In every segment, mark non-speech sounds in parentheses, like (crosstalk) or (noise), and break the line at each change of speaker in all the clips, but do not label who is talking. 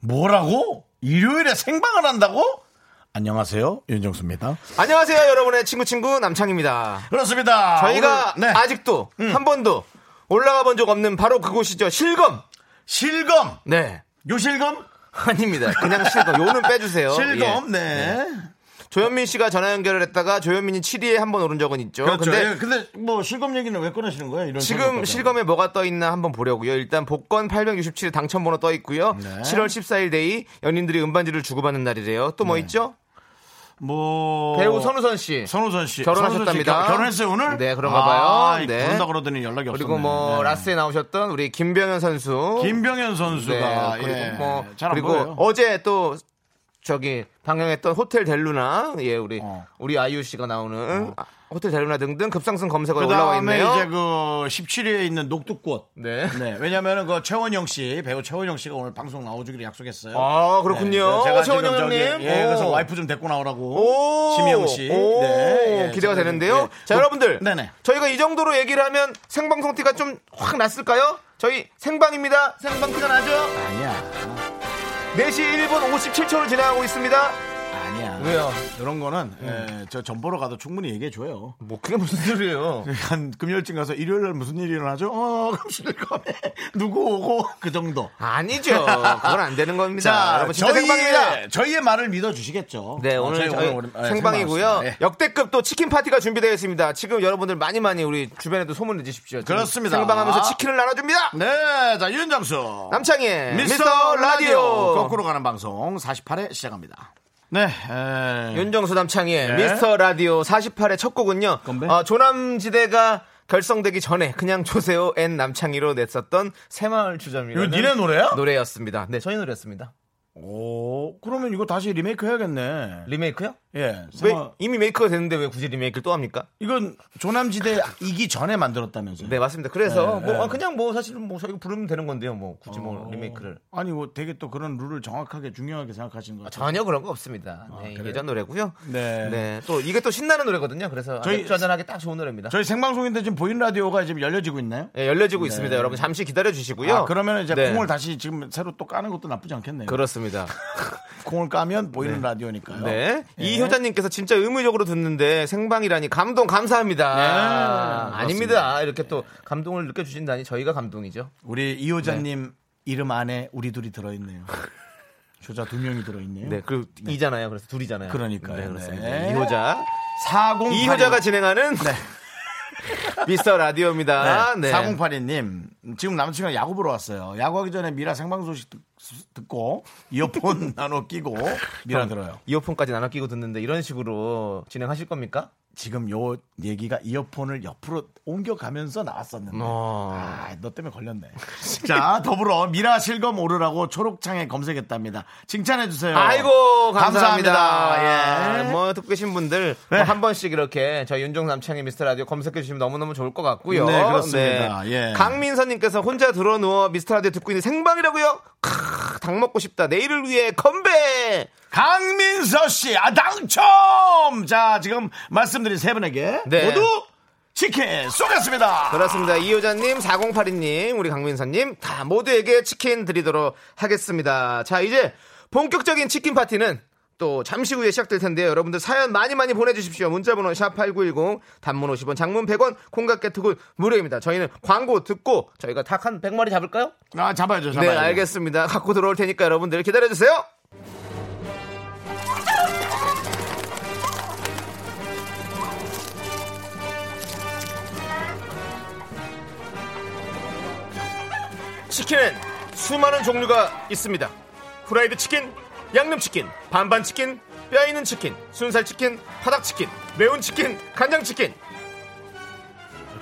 뭐라고? 일요일에 생방을 한다고? 안녕하세요. 윤정수입니다.
안녕하세요, 여러분의 친구 친구 남창입니다.
그렇습니다.
저희가
오늘, 네.
아직도 한 번도 올라가 본 적 없는 바로 그곳이죠. 실검.
실검.
네.
요 실검?
(laughs) 아닙니다. 그냥 실검. 요는 빼주세요.
실검.
예.
네.
조현민 씨가 전화 연결을 했다가 조현민이 7위에 한 번 오른 적은 있죠.
그렇죠.
근데
근데, 근데 뭐 실검 얘기는 왜 꺼내시는 거예요? 이런
지금
생각보다.
실검에 뭐가 떠 있나 한번 보려고요. 일단 복권 867 당첨번호 떠 있고요.
네.
7월 14일 데이 연인들이 음반지를 주고받는 날이래요. 또 뭐 있죠?
뭐
배우 선우선 씨.
네. 선우선 씨
결혼하셨답니다.
선우선 씨 결- 결혼했어요 오늘?
네, 그런가 봐요.
아,
네.
그런다 그러더니 연락이 없었네.
그리고 뭐
네.
라스에 나오셨던 우리 김병현 선수.
김병현 선수가
네, 그리고
예,
뭐
잘안
그리고
보여요.
어제 또 저기 방영했던 호텔 델루나 예 우리
어.
우리 아이유 씨가 나오는 아, 호텔 델루나 등등 급상승 검색어 에 올라와
그다음에
있네요.
이제 그 17위에 있는 녹두꽃.
네.
네. 왜냐면은 그 최원영 씨 배우 최원영 씨가 오늘 방송 나오주기로 약속했어요.
아 그렇군요.
네, 제가 지금
최원영
저기,
형님.
예, 그래서
오.
와이프 좀 데리고 나오라고.
오.
심영 씨.
오.
네, 예,
기대가
저는,
되는데요.
예.
자 여러분들
네네.
저희가 이 정도로 얘기를 하면 생방송 티가 좀 확 났을까요? 저희 생방입니다. 생방 티가 나죠?
아니야.
4시 1분 57초를 지나가고 있습니다.
아니야.
왜요? 음.
이런 거는 예, 저 전보러 가도 충분히 얘기해 줘요. 네,
뭐 그게 무슨 소리예요?
한 금요일쯤 가서 일요일 날 무슨 일이 일어나죠? 어, 그럼 실검에 (laughs) 누구 오고 그 정도.
아니죠. 그건 안 되는 겁니다. 여러분 진짜 생방입니다.
저희의 말을 믿어주시겠죠.
네,
어,
오늘
저희
저희
오늘, 예,
생방이고요.
생방이었습니다. 예.
역대급 또 치킨 파티가 준비되어 있습니다. 지금 여러분들 많이 많이 우리 주변에도 소문 내주십시오. 지금
그렇습니다.
생방하면서 치킨을 나눠줍니다.
네, 자, 윤정수.
남창희의
미스터, 라디오. 거꾸로 가는 방송 48회 시작합니다. 네, 에,
윤정수 남창희의
네.
미스터 라디오 48의 첫 곡은요.
건배?
어, 조남지대가 결성되기 전에 그냥 조세호 앤 남창희로 냈었던 새마을
이거
주점이라는
니네 노래야?
노래였습니다. 네, 저희 노래였습니다.
오, 그러면 이거 다시 리메이크 해야겠네.
리메이크요?
예.
왜
생각-
이미 메이크가 됐는데 왜 굳이 리메이크를 또 합니까?
이건 조남지대 이기 전에 만들었다면서요?
네 맞습니다. 그래서
네,
뭐
네. 어.
아, 그냥 뭐 사실은 뭐 저희가 부르면 되는 건데요. 뭐 굳이 뭐 리메이크를
아니, 뭐 되게 또 그런 룰을 정확하게 중요하게 생각하시는 것 같아요.
전혀 그런 거 없습니다. 네, 이게 예전 노래고요.
아, 네.
또 이게 또 신나는 노래거든요. 그래서
저희-
저희 전하기 딱 좋은 노래입니다.
저희 생방송인데 지금 보이는 라디오가 지금 열려지고 있나요?
예, 열려지고 있습니다. 여러분 잠시 기다려 주시고요.
아, 그러면 이제
네.
콩을 다시 지금 새로 또 까는 것도 나쁘지 않겠네요. (laughs)
그렇습니다.
콩을 까면 보이는 라디오니까요.
네.
예.
이효자님께서 진짜 의무적으로 듣는데 생방이라니 감동 감사합니다.
네,
아, 닙니다 이렇게 또 감동을 느껴주신다니 저희가 감동이죠.
우리 이효자님
네.
이름 안에 우리 둘이 들어있네요.
(laughs)
효자 두 명이 들어있네요.
네. 그리고 이잖아요. 그래서 둘이잖아요.
그러니까요.
네, 그렇습니다.
네.
이효자.
4082.
이효자가 진행하는
네.
(laughs) 미스터 라디오입니다. 네.
4082님 지금 남친과 야구 보러 왔어요. 야구하기 전에 미라 생방 소식 듣- 듣고 이어폰 (laughs) 나눠 끼고 미라 들어요.
이어폰까지 나눠 끼고 듣는데 이런 식으로 진행하실 겁니까?
지금 요 얘기가 이어폰을 옆으로 옮겨가면서 나왔었는데
어.
아, 너 때문에 걸렸네. 자, 더불어 미라 실검 오르라고 초록창에 검색했답니다. 칭찬해 주세요.
아이고 감사합니다.
감사합니다. 예.
뭐 듣고 계신 분들
네.
뭐한 번씩 이렇게 저희 윤종 남창의 미스터 라디오 검색해 주시면 너무 너무 좋을 것 같고요.
네, 그렇습니다. 예.
강민선님께서 혼자 들어 누워 미스터 라디오 듣고 있는 생방이라고요. 크으, 닭 먹고 싶다. 내일을 위해 건배.
강민서 씨, 아, 당첨! 자, 지금 말씀드린 세 분에게
네.
모두 치킨 쏘겠습니다.
그렇습니다. 이효자님, 4082님, 우리 강민선님 다 모두에게 치킨 드리도록 하겠습니다. 자 이제 본격적인 치킨 파티는 또 잠시 후에 시작될 텐데요. 여러분들 사연 많이 많이 보내주십시오. 문자번호 샵8910 단문 50원 장문 100원 콩깍개톡은 무료입니다. 저희는 광고 듣고 저희가 닭 한 100마리 잡을까요?
아, 잡아야죠,
네
잡아야죠.
알겠습니다. 갖고 들어올 테니까 여러분들 기다려주세요. 치킨엔 수많은 종류가 있습니다. 후라이드 치킨, 양념 치킨, 반반 치킨, 뼈 있는 치킨, 순살 치킨, 파닭 치킨, 매운 치킨, 간장 치킨.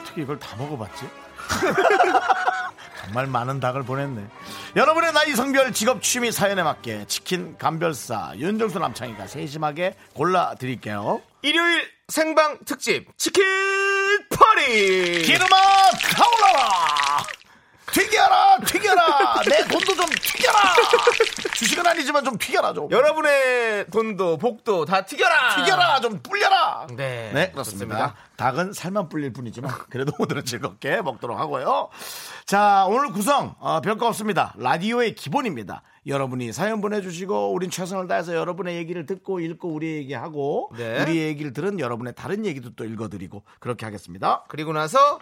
어떻게 이걸 다 먹어봤지? (laughs) 정말 많은 닭을 보냈네. 여러분의 나이, 성별, 직업, 취미, 사연에 맞게 치킨, 감별사, 윤정수 남창희가 세심하게 골라드릴게요.
일요일 생방 특집 치킨 파리
기름아, 타올라라! 튀겨라, 튀겨라! 내 돈도 좀 튀겨라! 주식은 아니지만 좀 튀겨라, 좀.
여러분의 돈도 복도 다 튀겨라
튀겨라, 좀 불려라!
네,
네, 그렇습니다. 닭은 살만 불릴 뿐이지만 (laughs) 그래도 오늘은 즐겁게 먹도록 하고요. 자, 오늘 구성 어, 별거 없습니다. 라디오의 기본입니다. 여러분이 사연 보내주시고 우린 최선을 다해서 여러분의 얘기를 듣고 읽고 우리의 얘기하고
네.
우리의 얘기를 들은 여러분의 다른 얘기도 또 읽어드리고 그렇게 하겠습니다.
그리고 나서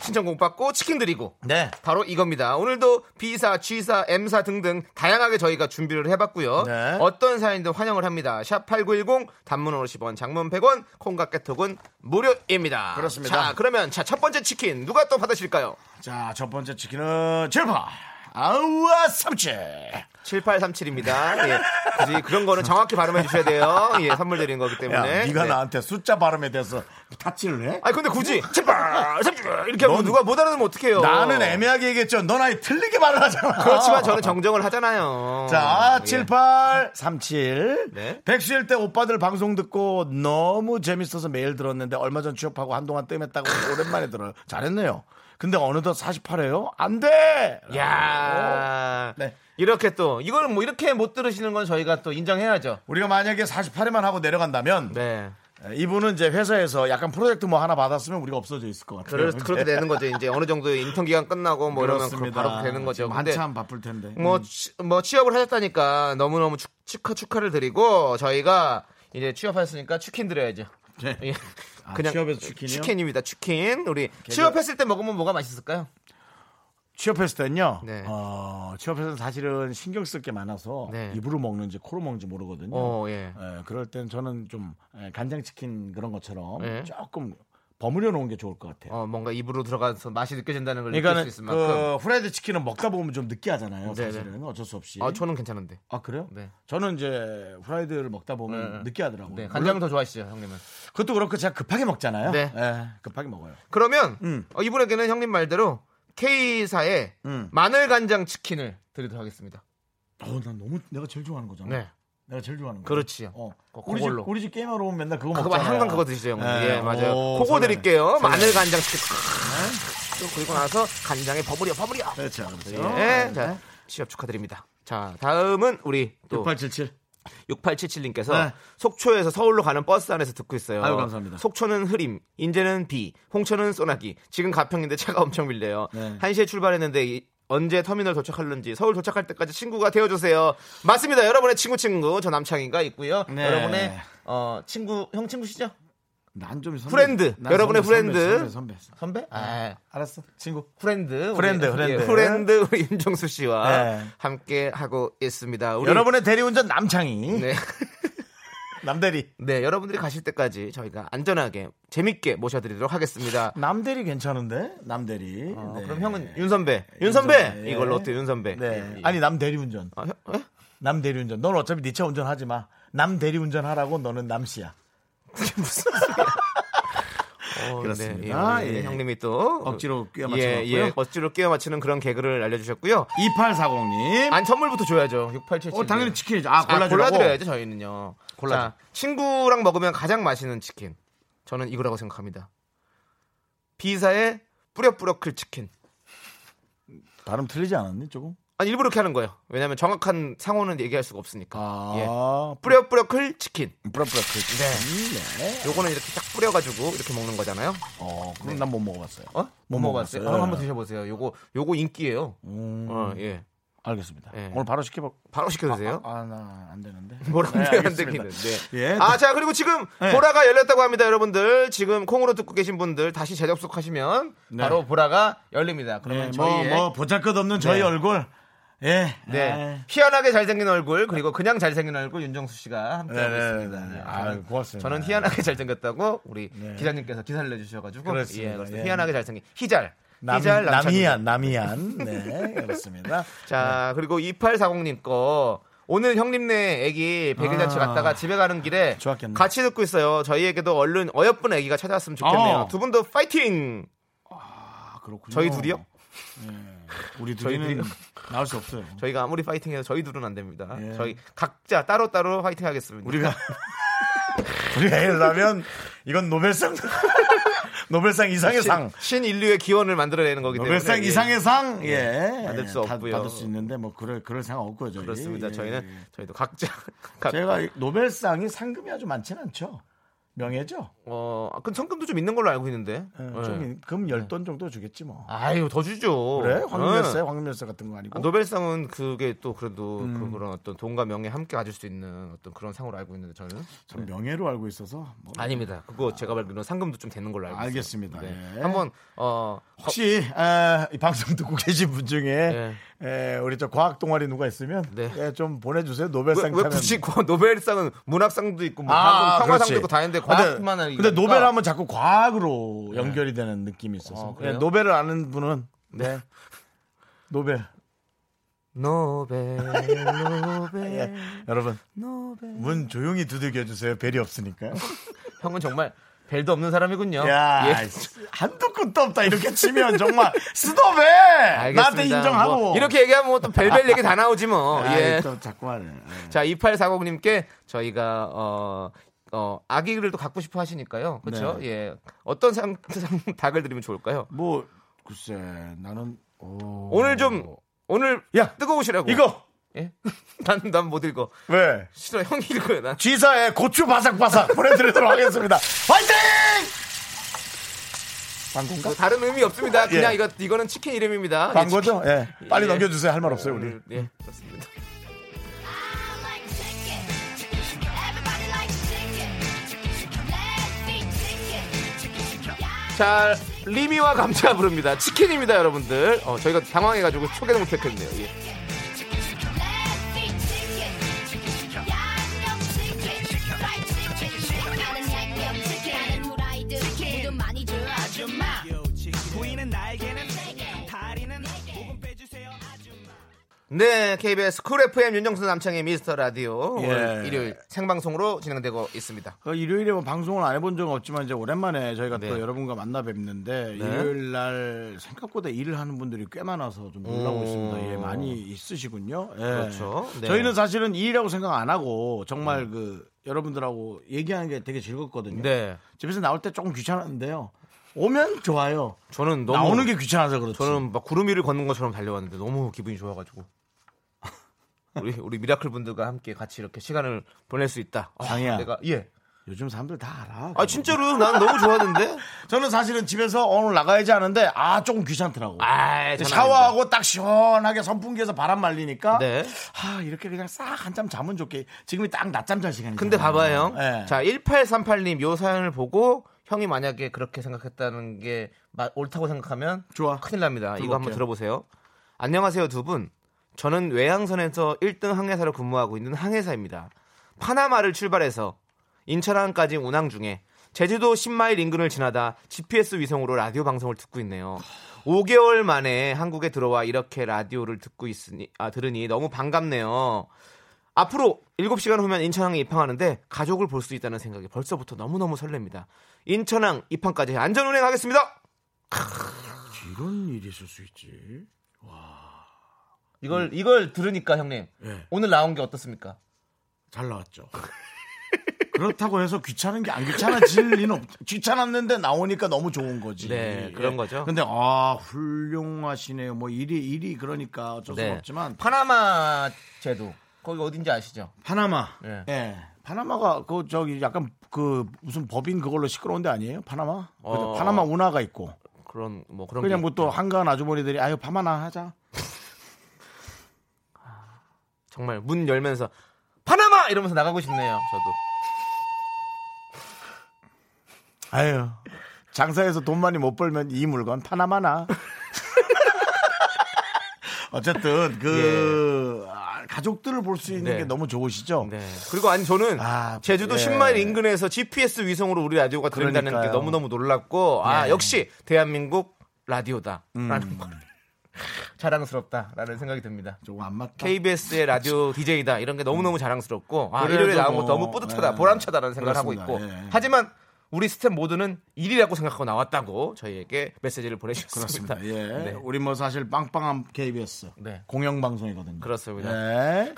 신청곡 받고 치킨 드리고
네.
바로 이겁니다. 오늘도 B사, G사, M사 등등 다양하게 저희가 준비를 해봤고요.
네.
어떤 사연이든 환영을 합니다. 샵8910 단문 50원, 장문 100원, 콩과 깨톡은 무료입니다.
그렇습니다.
자, 그러면 자, 첫 번째 치킨 누가 또 받으실까요?
자, 첫 번째 치킨은 제파 아우와 삼치
네, 7837입니다. 예. 굳이 그런 거는 정확히 발음해 주셔야 돼요. 예, 선물 드린 거기
야,
때문에.
네가
네.
나한테 숫자 발음에 대해서 타치를 해?
아니 근데 굳이 7837 이렇게 하면
넌-
누가 못 알아듣으면 어떡해요.
나는 애매하게 얘기했죠. 넌 아예 틀리게 말을 하잖아.
그렇지만 저는 정정을 하잖아요.
자,
예.
7837.
네.
백수일 때 오빠들 방송 듣고 너무 재밌어서 매일 들었는데 얼마 전 취업하고 한동안
(laughs)
뜸했다고 오랜만에 들어요. 잘했네요. 근데 어느덧 48회요? 안 돼!
야
네.
이렇게 또 이걸 뭐 이렇게 못 들으시는 건 저희가 또 인정해야죠.
우리가 만약에 48회만 하고 내려간다면
네.
에, 이분은 이제 회사에서 약간 프로젝트 뭐 하나 받았으면 우리가 없어져 있을 것 같아요.
그럴, 그렇게 되는 거죠. 이제 어느 정도 인턴 기간 끝나고 뭐 이러면 그
네, 그렇습니다.
바로 되는 거죠.
지금
근데
한참 바쁠 텐데. 음,
뭐, 취, 뭐 취업을 하셨다니까 너무너무 축, 축하 축하를 드리고 저희가 이제 취업하셨으니까 치킨 드려야죠.
네.
예.
아, 취업에서 치킨이요?
입니다 치킨. 우리 취업했을 때 먹으면 뭐가 맛있을까요?
취업했을 때는요.
네.
어, 취업했을 때 사실은 신경 쓸 게 많아서
네.
입으로 먹는지 코로 먹는지 모르거든요.
어, 예.
에, 그럴 땐 저는 좀 에, 간장치킨 그런 것처럼
예.
조금 버무려 놓은 게 좋을 것 같아요.
어, 뭔가 입으로 들어가서 맛이 느껴진다는 걸
그러니까
느낄 수 있을 만큼.
그 후라이드 치킨은 먹다 보면 좀 느끼하잖아요.
네네.
사실은 어쩔 수 없이.
아, 저는 괜찮은데.
아, 그래요?
네.
저는 이제 후라이드를 먹다 보면 느끼하더라고요.
네,
물론
간장 더 좋아하시죠, 형님은.
그것도 그렇고 제가 급하게 먹잖아요.
네.
예, 급하게 먹어요.
그러면
음.
어, 이분에게는 형님 말대로 K사의
음.
마늘 간장 치킨을 드리도록 하겠습니다.
어, 난 너무 내가 제일 좋아하는 거잖아.
네.
내가 제일 좋아하는 거.
그렇지요.
어.
그-
우리 집
그걸로.
우리 집 게임하러 오면 맨날 그거
그거
먹잖아요.
항상 그거 드시죠, 형님.
네.
예, 맞아요.
오,
그거
설레네.
드릴게요. 마늘 간장 치킨. 또 그리고 나서 간장에 버무려 버무려.
그렇죠. 그렇죠.
예. 자, 취업 축하드립니다. 자, 다음은 우리
네.
또
6877.
6877님께서
네.
속초에서 서울로 가는 버스 안에서 듣고 있어요.
아유, 감사합니다.
속초는 흐림, 인제는 비, 홍천은 소나기. 지금 가평인데 차가 엄청 밀려요.
네.
한시에 출발했는데 이- 언제 터미널 도착할는지 서울 도착할 때까지 친구가 되어주세요. 맞습니다. 여러분의 친구 친구 저 남창희가 있고요.
네.
여러분의 어, 친구 형 친구시죠?
난좀
프렌드. 여러분의 프렌드.
선배, 선배, 선배.
선배?
네.
아,
알았어. 친구.
프렌드. 우리-
프렌드, 프렌드.
예, 프렌드 우리 임정수 씨와
네.
함께 하고 있습니다. 우리-
여러분의 대리운전 남창희.
네.
남대리.
네, 여러분들이 가실 때까지 저희가 안전하게 재밌게 모셔드리도록 하겠습니다.
남대리 괜찮은데? 남대리.
어,
네.
그럼 형은 윤 선배, 윤 선배
선배, 예.
이걸로 어때 윤 선배?
네. 어,
예.
아니 남대리운전.
아, 형, 예?
남대리운전. 넌 어차피 네 차 운전하지 마. 남대리운전 하라고 너는 남씨야.
어,
그렇습니다.
네, 예, 예.
예.
형님이 또
억지로 끼워
예,
맞춰놨고요.
예, 억지로 끼워 맞추는 그런 개그를 알려주셨고요.
2840님.
안 선물부터 줘야죠. 6877.
어, 당연히 치킨이죠. 아,
아,
골라주라고.
골라드려야죠 저희는요.
골라줘.
자, 친구랑 먹으면 가장 맛있는 치킨. 저는 이거라고 생각합니다. 비사의 뿌려뿌려 클 치킨.
발음 틀리지 않았니 조금?
아니 일부러 이렇게 하는 거예요. 왜냐하면 정확한 상호는 얘기할 수가 없으니까. 예.
아,
뿌려뿌려 클 치킨.
브라브라 그. 네. 네.
요거는 이렇게 딱 뿌려가지고 이렇게 먹는 거잖아요.
어, 그럼 난 못 먹어봤어요.
어?
못
못 먹어봤어요.
먹어봤어요.
어, 한번 드셔보세요. 요거 요거 인기예요.
음.
어, 예.
알겠습니다.
예.
오늘 바로 시켜볼.
바로 시켜드세요. (laughs)
아, 나 안 되는데.
뭐라고
네,
해야
알겠습니다.
되기는. 네.
예.
아, 자, 그리고 지금
네.
보라가 열렸다고 합니다, 여러분들. 지금 콩으로 듣고 계신 분들 다시 재접속하시면
네.
바로 보라가 열립니다.
네,
그러면
뭐,
저희의
뭐, 보잘것없는 저희
네.
얼굴. 예.
네. 희한하게 잘생긴 얼굴 그리고 그냥 잘생긴 얼굴 윤정수 씨가 함께 하고
네네네.
있습니다. 네.
아유,
저는-
고맙습니다.
저는 희한하게 잘생겼다고 우리
네.
기자님께서 기사를 내주셔가지고
그렇습니다.
예, 그래서
예.
희한하게 잘생긴 희잘
남,
희잘 남창희.
남이안, 남이안. 네, 그렇습니다.
(laughs) 자 그리고 2840님 거 오늘 형님네 애기 백일 잔치
아.
갔다가 집에 가는 길에
좋았겠네.
같이 듣고 있어요. 저희에게도 얼른 어여쁜 애기가 찾아왔으면 좋겠네요.
어.
두 분도 파이팅.
아, 그렇군요. 네.
저희 둘이요?
우리 둘이는
저희들이요?
나올 수 없어요.
(laughs) 저희가 아무리 파이팅해도 저희 둘은 안 됩니다.
예.
저희 각자 따로 따로 파이팅하겠습니다.
우리가 (laughs) 우리가 예를 들면 이건 노벨상 (laughs) 노벨상 이상의 상
신 인류의 기원을 만들어내는 거기 때문에
노벨상
예.
이상의 상 예.
받을 수
받-
없고요.
받을 수 있는데 뭐 그럴 그럴 생각 없고요. 저희.
그렇습니다.
예,
저희는
예.
저희도 각자 (laughs) 각,
제가 이- 노벨상이 상금이 아주 많지는 않죠. 명예죠.
어, 아, 그 성금도 좀 있는 걸로 알고 있는데.
예,
예.
좀금 열 돈 정도 주겠지 뭐.
아유 더 주죠.
그래?
예.
황금열쇠, 황금열쇠 같은 거 아니고.
아, 노벨상은 그게 또 그래도
음.
그, 런 어떤 돈과 명예 함께 가질 수 있는 어떤 그런 상으로 알고 있는데 저는
전 명예로 알고 있어서 뭐.
아닙니다. 그거 제가 알기로는 상금도 좀 되는 걸로 알고 있어요.
알겠습니다.
네.
예.
한번 어
혹시 아, 이 방송 듣고 (laughs) 계신 분 중에
예.
에, 우리 저 과학 동아리 누가 있으면
네.
예, 좀 보내주세요.
왜,
노벨상
왜
타면.
굳이 그 (laughs) 노벨상은 문학상도 있고 뭐
아,
평화상도
그렇지.
있고 다 있는데 과학만
근데,
하는
근데
거니까.
노벨 하면 자꾸 과학으로 연결이 되는 느낌이 있어서
아, 그래요?
예, 노벨을 아는 분은 네 노벨
노벨 노벨
예, 여러분
노벨
문 조용히 두들겨 주세요. 벨이 없으니까요.
형은 정말 벨도 없는 사람이군요.
야
예.
한도 끝도 없다 이렇게 치면 정말 스톱해
알겠습니다.
나한테 인정하고
뭐 이렇게 얘기하면 뭐또 벨벨 얘기 다 나오지 뭐.
(laughs) 아,
예.
또 자꾸만 해.
자, 2840님께 저희가 어, 어 아기를 또 갖고 싶어 하시니까요. 그렇죠?
네.
예. 어떤 상, 상 닭을 드리면 좋을까요?
뭐 글쎄 나는 오.
오늘 좀 오늘
야,
뜨거우시라고.
이거
예? (laughs) 난난 못 읽어.
왜
싫어. 형이 읽어요. 난.
지사에 고추 바삭바삭 보내드리도록 하겠습니다. 화이팅! 광고인가?
뭐 다른 의미 없습니다. 그냥
예.
이거 이거는 치킨 이름입니다. 예,
광고죠? 예. 음. 빨리
예.
넘겨주세요. 할 말 없어요, 우리.
치킨. 예, 그렇습니다. 자, 리미와 감자 부릅니다. 치킨입니다, 여러분들. 어, 저희가 당황해가지고 소개도 못했겠네요. 예. 네, KBS 쿨 FM 윤정수 남창의 미스터 라디오 오늘
예.
일요일 생방송으로 진행되고 있습니다.
그 일요일에 뭐 방송을 안 해본 적은 없지만 이제 오랜만에 저희가 또
네.
여러분과 만나 뵙는데 일요일 날 생각보다 일을 하는 분들이 꽤 많아서 좀 놀라고
오.
있습니다. 예, 많이 있으시군요. 예.
음. 그렇죠. 네. 음.
저희는 사실은 일이라고 생각 안 하고 정말 그 여러분들하고 얘기하는 게 되게 즐겁거든요.
네,
집에서 나올 때 조금 귀찮았는데요. 오면 좋아요.
저는 너무
나오는 게 귀찮아서 그렇지.
저는 막 구름 위를 걷는 것처럼 달려왔는데 너무 기분이 좋아가지고 (laughs) 우리 우리 미라클 분들과 함께 같이 이렇게 시간을 보낼 수 있다. 아,
장이야.
내가 예.
요즘 사람들 다 알아.
아 진짜로 난 너무 좋아하는데.
저는 사실은 집에서 어, 오늘 나가야지 하는데 아 조금 귀찮더라고.
(laughs) 아,
근데
저는 아닙니다.
샤워하고 딱 시원하게 선풍기에서 바람 말리니까
네.
아 이렇게 그냥 싹 한참 자면 좋게 지금이 딱 낮잠 잘 시간이
근데 봐봐요, 형.
네.
자, 1838님 요 사연을 보고 형이 만약에 그렇게 생각했다는 게 마- 옳다고 생각하면
좋아.
큰일 납니다. 이거
들어볼게요.
한번 들어보세요. 안녕하세요, 두 분. 저는 외항선에서 1등 항해사로 근무하고 있는 항해사입니다. 파나마를 출발해서 인천항까지 운항 중에 제주도 10마일 인근을 지나다 GPS 위성으로 라디오 방송을 듣고 있네요. 5개월 만에 한국에 들어와 이렇게 라디오를 듣고 있으니 아 들으니 너무 반갑네요. 앞으로 7시간 후면 인천항에 입항하는데 가족을 볼 수 있다는 생각이 벌써부터 너무너무 설렙니다. 인천항 입항까지 안전운행하겠습니다.
이런 일이 있을 수 있지.
이걸 이걸 들으니까 형님
예.
오늘 나온 게 어떻습니까?
잘 나왔죠. (laughs) 그렇다고 해서 귀찮은 게 안 귀찮아질 리는 없. 귀찮았는데 나오니까 너무 좋은 거지.
네, 그런 거죠.
예. 근데 아 훌륭하시네요. 뭐 일이 일이 그러니까 어쩔
네.
수 없지만
파나마 제도 거기 어딘지 아시죠?
파나마. 예.
예.
파나마가 그 저기 약간 그 무슨 법인 그걸로 시끄러운 데 아니에요? 파나마?
어.
그죠? 파나마 운하가 있고
그런 뭐 그런
그냥
게-
뭐 또 한가한 아주머니들이 아유 파마나 하자.
정말 문 열면서 파나마 이러면서 나가고 싶네요. 저도
아유 장사해서 돈 많이 못 벌면 이 물건
(laughs)
파나마나. 어쨌든 그 아, 가족들을 볼 수 있는
네.
게 너무 좋으시죠.
네. 그리고 아니 저는
아,
제주도
예.
10마일 인근에서 GPS 위성으로 우리 라디오가 들린다는 게
그러니까요. 예.
너무 너무 놀랍고 아 역시 대한민국 라디오다라는
음.
걸 (laughs) 자랑스럽다라는 생각이 듭니다.
조금 안 맞다.
KBS의 라디오 DJ다 이런 게 너무너무 자랑스럽고 아,
그래도
일요일에 나온 거
뭐,
너무 뿌듯하다
예.
보람차다라는 생각을 하고
그렇습니다.
있고
예.
하지만 우리 스텝 모두는 일이라고 생각하고 나왔다고 저희에게 메시지를 보내주셨습니다.
그렇습니다. 예.
네.
우리 뭐 사실 빵빵한 KBS
네.
공영방송이거든요.
그렇습니다.
예.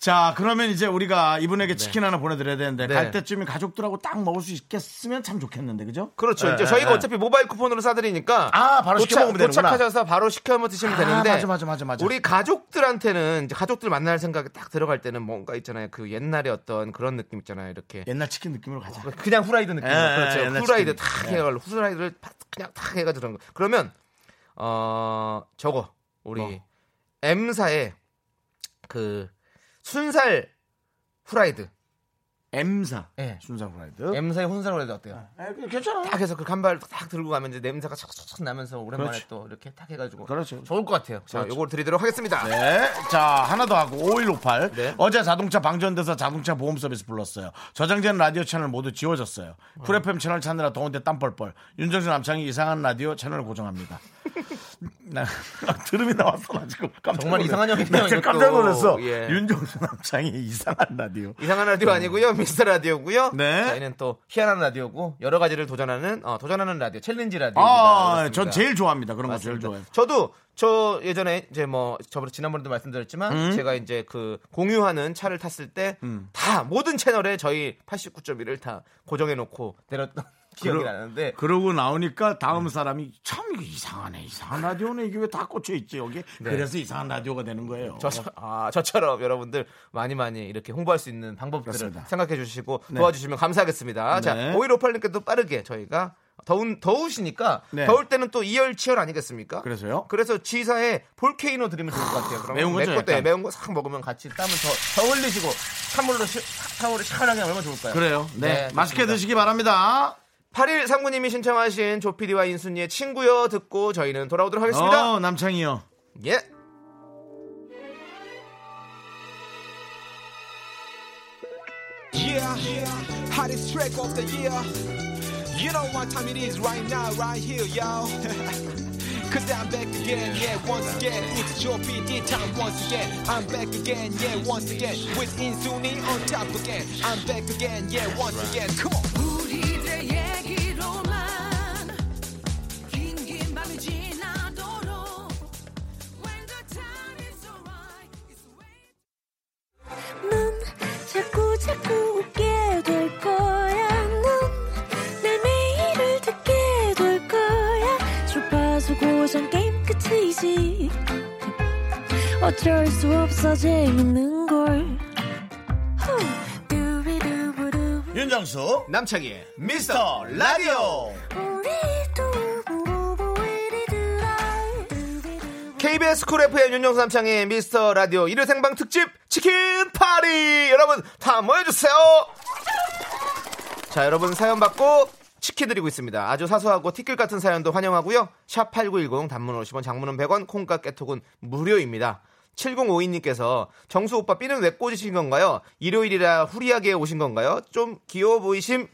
자, 그러면 이제 우리가 이분에게 치킨 하나 보내드려야 되는데
네.
갈 때쯤에 가족들하고 딱 먹을 수 있겠으면 참 좋겠는데, 그죠?
그렇죠.
예,
이제 저희가
예.
어차피 모바일 쿠폰으로 싸드리니까
아, 바로 시켜 먹으면 되는구나.
도착하셔서 바로 시켜 먹 드시면
아,
되는데
맞아, 맞아, 맞아, 맞아.
우리 가족들한테는 이제 가족들 만날 생각에 딱 들어갈 때는 뭔가 있잖아요. 그 옛날의 어떤 그런 느낌 있잖아요. 이렇게
옛날 치킨 느낌으로 가자.
그냥 후라이드 느낌.
예, 예,
그렇죠.
옛날
후라이드
치킨.
탁
예.
해가지고 후라이드를 팍 그냥 탁 해가지고 그런 거. 그러면 어 저거 우리 M사의 그 순살 후라이드.
M사
예.
순사 후라이드.
M사의 훈살 후라이드 어때요?
예, 괜찮아.
딱 해서 그 간발 딱 들고 가면 이제 냄새가 착착착 나면서 오랜만에
그렇지.
또 이렇게 딱 해가지고
그렇죠.
좋을 것 같아요. 자, 요걸 드리도록 하겠습니다.
네. 자, 하나 더 하고 5158.
네.
어제 자동차 방전돼서 자동차 보험 서비스 불렀어요. 저장된 라디오 채널 모두 지워졌어요. 쿨 FM 채널 찾느라 더운데 땀 뻘뻘. 윤정수 남창이 이상한 라디오 채널
(laughs)
고정합니다. 나 아, 들음이 나왔어 나 지금 깜짝
정말
놀랐-
이상한 형이네요,
나 지금 깜짝
이것도.
놀랐어.
예.
윤정수 남창이 이상한 라디오.
이상한 라디오 아니고요. 미스터 라디오고요.
음. 네.
저희는 또 희한한 라디오고 여러 가지를 도전하는 어, 도전하는 라디오 챌린지 라디오.
아, 전 제일 좋아합니다. 그런 거 제일
맞습니다.
좋아해요.
저도 저 예전에 이제 뭐 저번에 지난번에도 말씀드렸지만
음.
제가 이제 그 공유하는 차를 탔을 때 다 모든 채널에 저희 89.1을 다 고정해 놓고 내렸던 (laughs) 기억이
그러-
나는데
그러고 나오니까 다음 사람이 참 이거 이상하네 이상한 라디오네 이게 왜 다 꽂혀 있지 여기
네.
그래서 이상한 라디오가 되는 거예요.
저, 아, 저처럼 여러분들 많이 많이 이렇게 홍보할 수 있는 방법들을
그렇습니다.
생각해 주시고 도와주시면 감사하겠습니다. 자,
네.
5158님께도 빠르게 저희가 더운, 더우시니까
네.
더울 때는 또 이열치열 아니겠습니까?
그래서요?
그래서 지사에 볼케이노 드리면 좋을 것 같아요. 그러면
매운 거죠,
맵고 또
약간?
매운 거 싹 먹으면 같이 땀을 더, 더 흘리시고 찬물로 시, 타월을 시원하게 얼마나 좋을까요?
그래요. 네. 맛있게
좋습니다.
드시기 바랍니다.
8일 3구님이 신청하신 조피디와 인순이의 친구여 듣고 저희는 돌아오도록 하겠습니다.
어, 남창이요.
예.
Yeah, hottest track of the year. You know what time it is right now, right here, y'all. (laughs) Cause I'm back again, yeah, once again. It's your PD time once again. I'm back again, yeah, once again. With Insuni on top again. I'm back again, yeah, once again. Come on.
우리들의 얘기로만 긴긴 밤이 지나도록 When the time is alright it's waiting 넌 자꾸 자꾸 웃게 될 거야 넌내 매일을 듣게 될 거야 주파수 고정 게임 끝이지 어쩔 수 없어 재밌는걸 후. 두비두부두.
윤정수.
남창희의
미스터 라디오.
KBS 쿨 FM 윤정수 남창의 미스터 라디오 일요 생방 특집 치킨 파리 여러분 다 모여주세요. 자 여러분 사연 받고 치킨 드리고 있습니다. 아주 사소하고 티끌 같은 사연도 환영하고요. 샵 #8910 단문 50원, 장문은 100원, 콩과 깨톡은 무료입니다. 7052님께서 정수 오빠 삐는 왜 꽂으신 건가요? 일요일이라 후리하게 오신 건가요? 좀 귀여워 보이심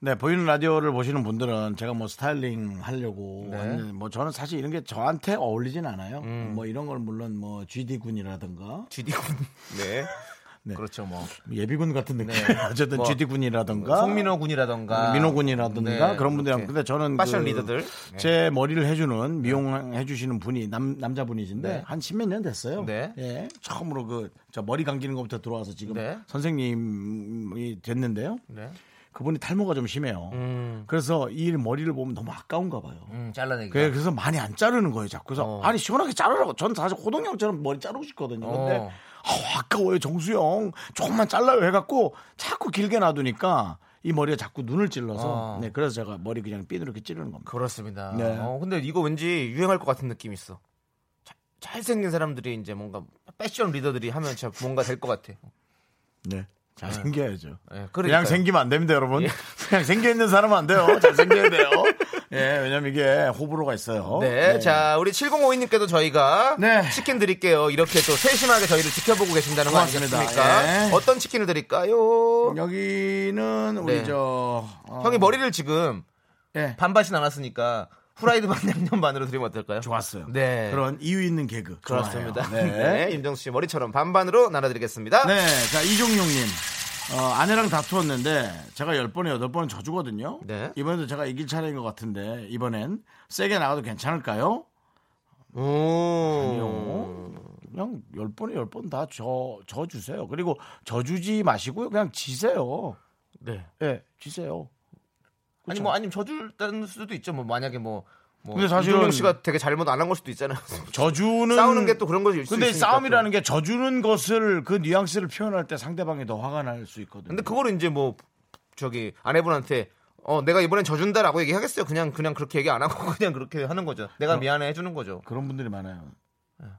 네, 보이는 라디오를 보시는 분들은 제가 뭐 스타일링 하려고
네.
했는데 뭐 저는 사실 이런 게 저한테 어울리진 않아요.
음.
뭐 이런 걸 물론 뭐 GD 군이라든가
GD군. (laughs) 네.
네.
그렇죠 뭐
예비군 같은 느낌. (laughs) 어쨌든
뭐
GD 군이라든가
송민호 군이라든가
네, 민호 군이라든가
네,
그런 분들
그렇게.
근데 저는
패션
그
리더들. 네.
제 머리를 해주는 미용 해주시는 분이 남 남자분이신데
네.
한 십몇 년 됐어요.
네.
예, 처음으로 그 저 머리 감기는 것부터 들어와서 지금
네.
선생님이 됐는데요.
네.
그분이 탈모가 좀 심해요. 그래서 이 일 머리를 보면 너무 아까운가 봐요.
음, 잘라내기.
그래- 그래서 많이 안 자르는 거예요, 자꾸. 그래서
어.
아니 시원하게 자르라고. 전 사실 호동형처럼 머리 자르고 싶거든요. 근데
어.
아우, 아까워요, 정수영. 조금만 잘라요 해갖고 자꾸 길게 놔두니까 이 머리가 자꾸 눈을 찔러서
어.
네 그래서 제가 머리 그냥 삐뚤게 찌르는 겁니다.
그렇습니다.
네.
어, 근데 이거 왠지 유행할 것 같은 느낌이 있어. 자- 잘생긴 사람들이 이제 뭔가 패션 리더들이 하면 진짜 뭔가 될 것 같아.
네. 잘 생겨야죠.
예,
그
그러니까요. 예.
냥 생기면 안 됩니다, 여러분. 그냥 생겨 있는 사람은 안 돼요. 잘 생겨야 돼요. 예, 왜냐면 이게 호불호가 있어요.
네, 자 우리 7052님께도 저희가
네.
치킨 드릴게요. 이렇게 또 세심하게 저희를 지켜보고 계신다는 거
고맙습니다.
아니겠습니까?
예.
어떤 치킨을 드릴까요?
여기는 우리
네.
저 어,
형이 머리를 지금
예.
반반씩 나눴으니까 후라이드 반 양념 반으로 드리면 어떨까요?
좋았어요.
네.
그런 이유 있는 개그. 좋아요.
(laughs) 그렇습니다.
네.
네, 윤정수 씨 머리처럼 반반으로 나눠드리겠습니다.
네, 자 이종용님 어, 아내랑 다투었는데 제가 열번에 여덟 번은 져주거든요.
네.
이번에도 제가 이길 차례인 것 같은데 이번엔 세게 나가도 괜찮을까요?
음. 오.
그냥 열번에열 번 다 져, 져주세요. 그리고 져주지 마시고요. 그냥 지세요.
네.
예, 지세요.
아니 뭐 아니면 저줄다는 수도 있죠. 뭐 만약에 뭐. 뭐
그렇죠. 근데 사실은-
이동영 씨가 되게 잘못 안 한 걸 수도 있잖아요.
져주는
(laughs) 싸우는 게 또 그런 거일 수
근데
있으니까
싸움이라는 게 져주는 것을 그 뉘앙스를 표현할 때 상대방이 더 화가 날 수 있거든요.
근데 그거를 이제 뭐 저기 아내분한테 어 내가 이번엔 져준다라고 얘기하겠어요. 그냥 그냥 그렇게 얘기 안 하고 (laughs) 그냥 그렇게 하는 거죠.
어.
내가 미안해 해주는 거죠.
그런 분들이 많아요.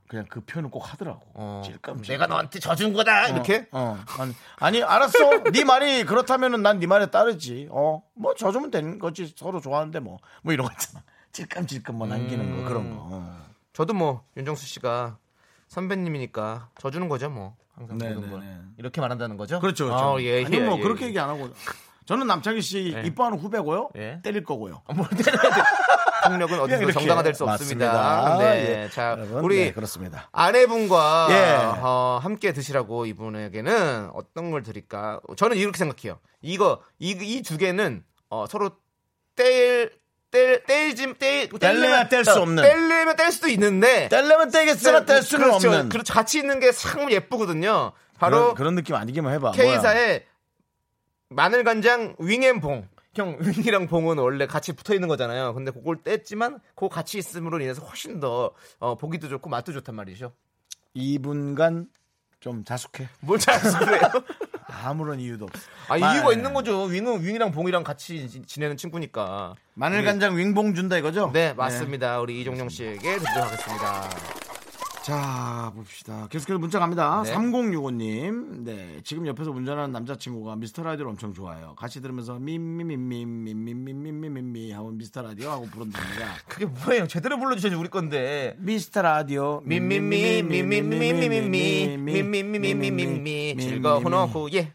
그냥 그 표현을 꼭 하더라고.
예. 어,
질감 질감.
내가 너한테 져준 거다 이렇게.
어, 아니, 아니, 알았어. 네 말이 그렇다면은 난 네 말에 따르지. 어, 뭐 져주면 되는 거지. 서로 좋아하는데 뭐, 뭐 이런 거 있잖아. 질감질감 뭐 남기는 거 그런 거. 어.
저도 뭐 윤정수 씨가 선배님이니까 져주는 거죠 뭐 항상
네,
모든
네,
걸
네.
이렇게 말한다는 거죠.
그렇죠, 그렇죠.
아, 예,
아니
예,
뭐
예,
그렇게
예.
얘기 안 하고. 저는 남창희 씨 이뻐하는 후배고요.
예.
때릴 거고요.
아, 뭘 때려야
(laughs)
돼. 폭력은
그냥
어디서
이렇게.
정당화될 수 없습니다.
맞습니다.
네,
예.
자
여러분,
우리
네, 그렇습니다.
아내분과
예.
어, 함께 드시라고 이분에게는 어떤 걸 드릴까? 저는 이렇게 생각해요. 이거 이 이 두 개는 어, 서로 뗄 뗄, 뗄지, 뗄,
뗄래야 뗄수
어,
없는.
뗄려면 뗄 수도 있는데.
떼려면 떼겠으나 뗄 수는
그렇죠.
없는.
그렇죠. 같이 있는 게 참
그런,
예쁘거든요. 바로
그런 느낌 아니기만 해봐. 뭐야.
K사의 마늘 간장 윙앤봉. 형 윙이랑 봉은 원래 같이 붙어 있는 거잖아요. 근데 그걸 뗐지만 그 같이 있음으로 인해서 훨씬 더 어, 보기도 좋고 맛도 좋단 말이죠.
이분간 좀 자숙해.
뭘 잘해요?
아무런 이유도 없어.
아
마-
이유가 있는 거죠. 윙은 윙이랑 봉이랑 같이 지- 지내는 친구니까.
마늘 간장 윙봉 준다 이거죠?
네 맞습니다. 우리 이종용 씨에게 드리도록 하겠습니다.
자, 봅시다. 계속해서 문자 갑니다.
네.
3065님. 네. 지금 옆에서 운전하는 남자친구가 미스터 라디오를 엄청 좋아해요. 같이 들으면서 미미미미미미미미미미 하고 미스터 라디오 하고 부른답니다.
그게 뭐예요? 제대로 불러주셔야지 우리 건데.
미스터 라디오
미미미미미미미미미미미미미미미미 즐거운 오후예.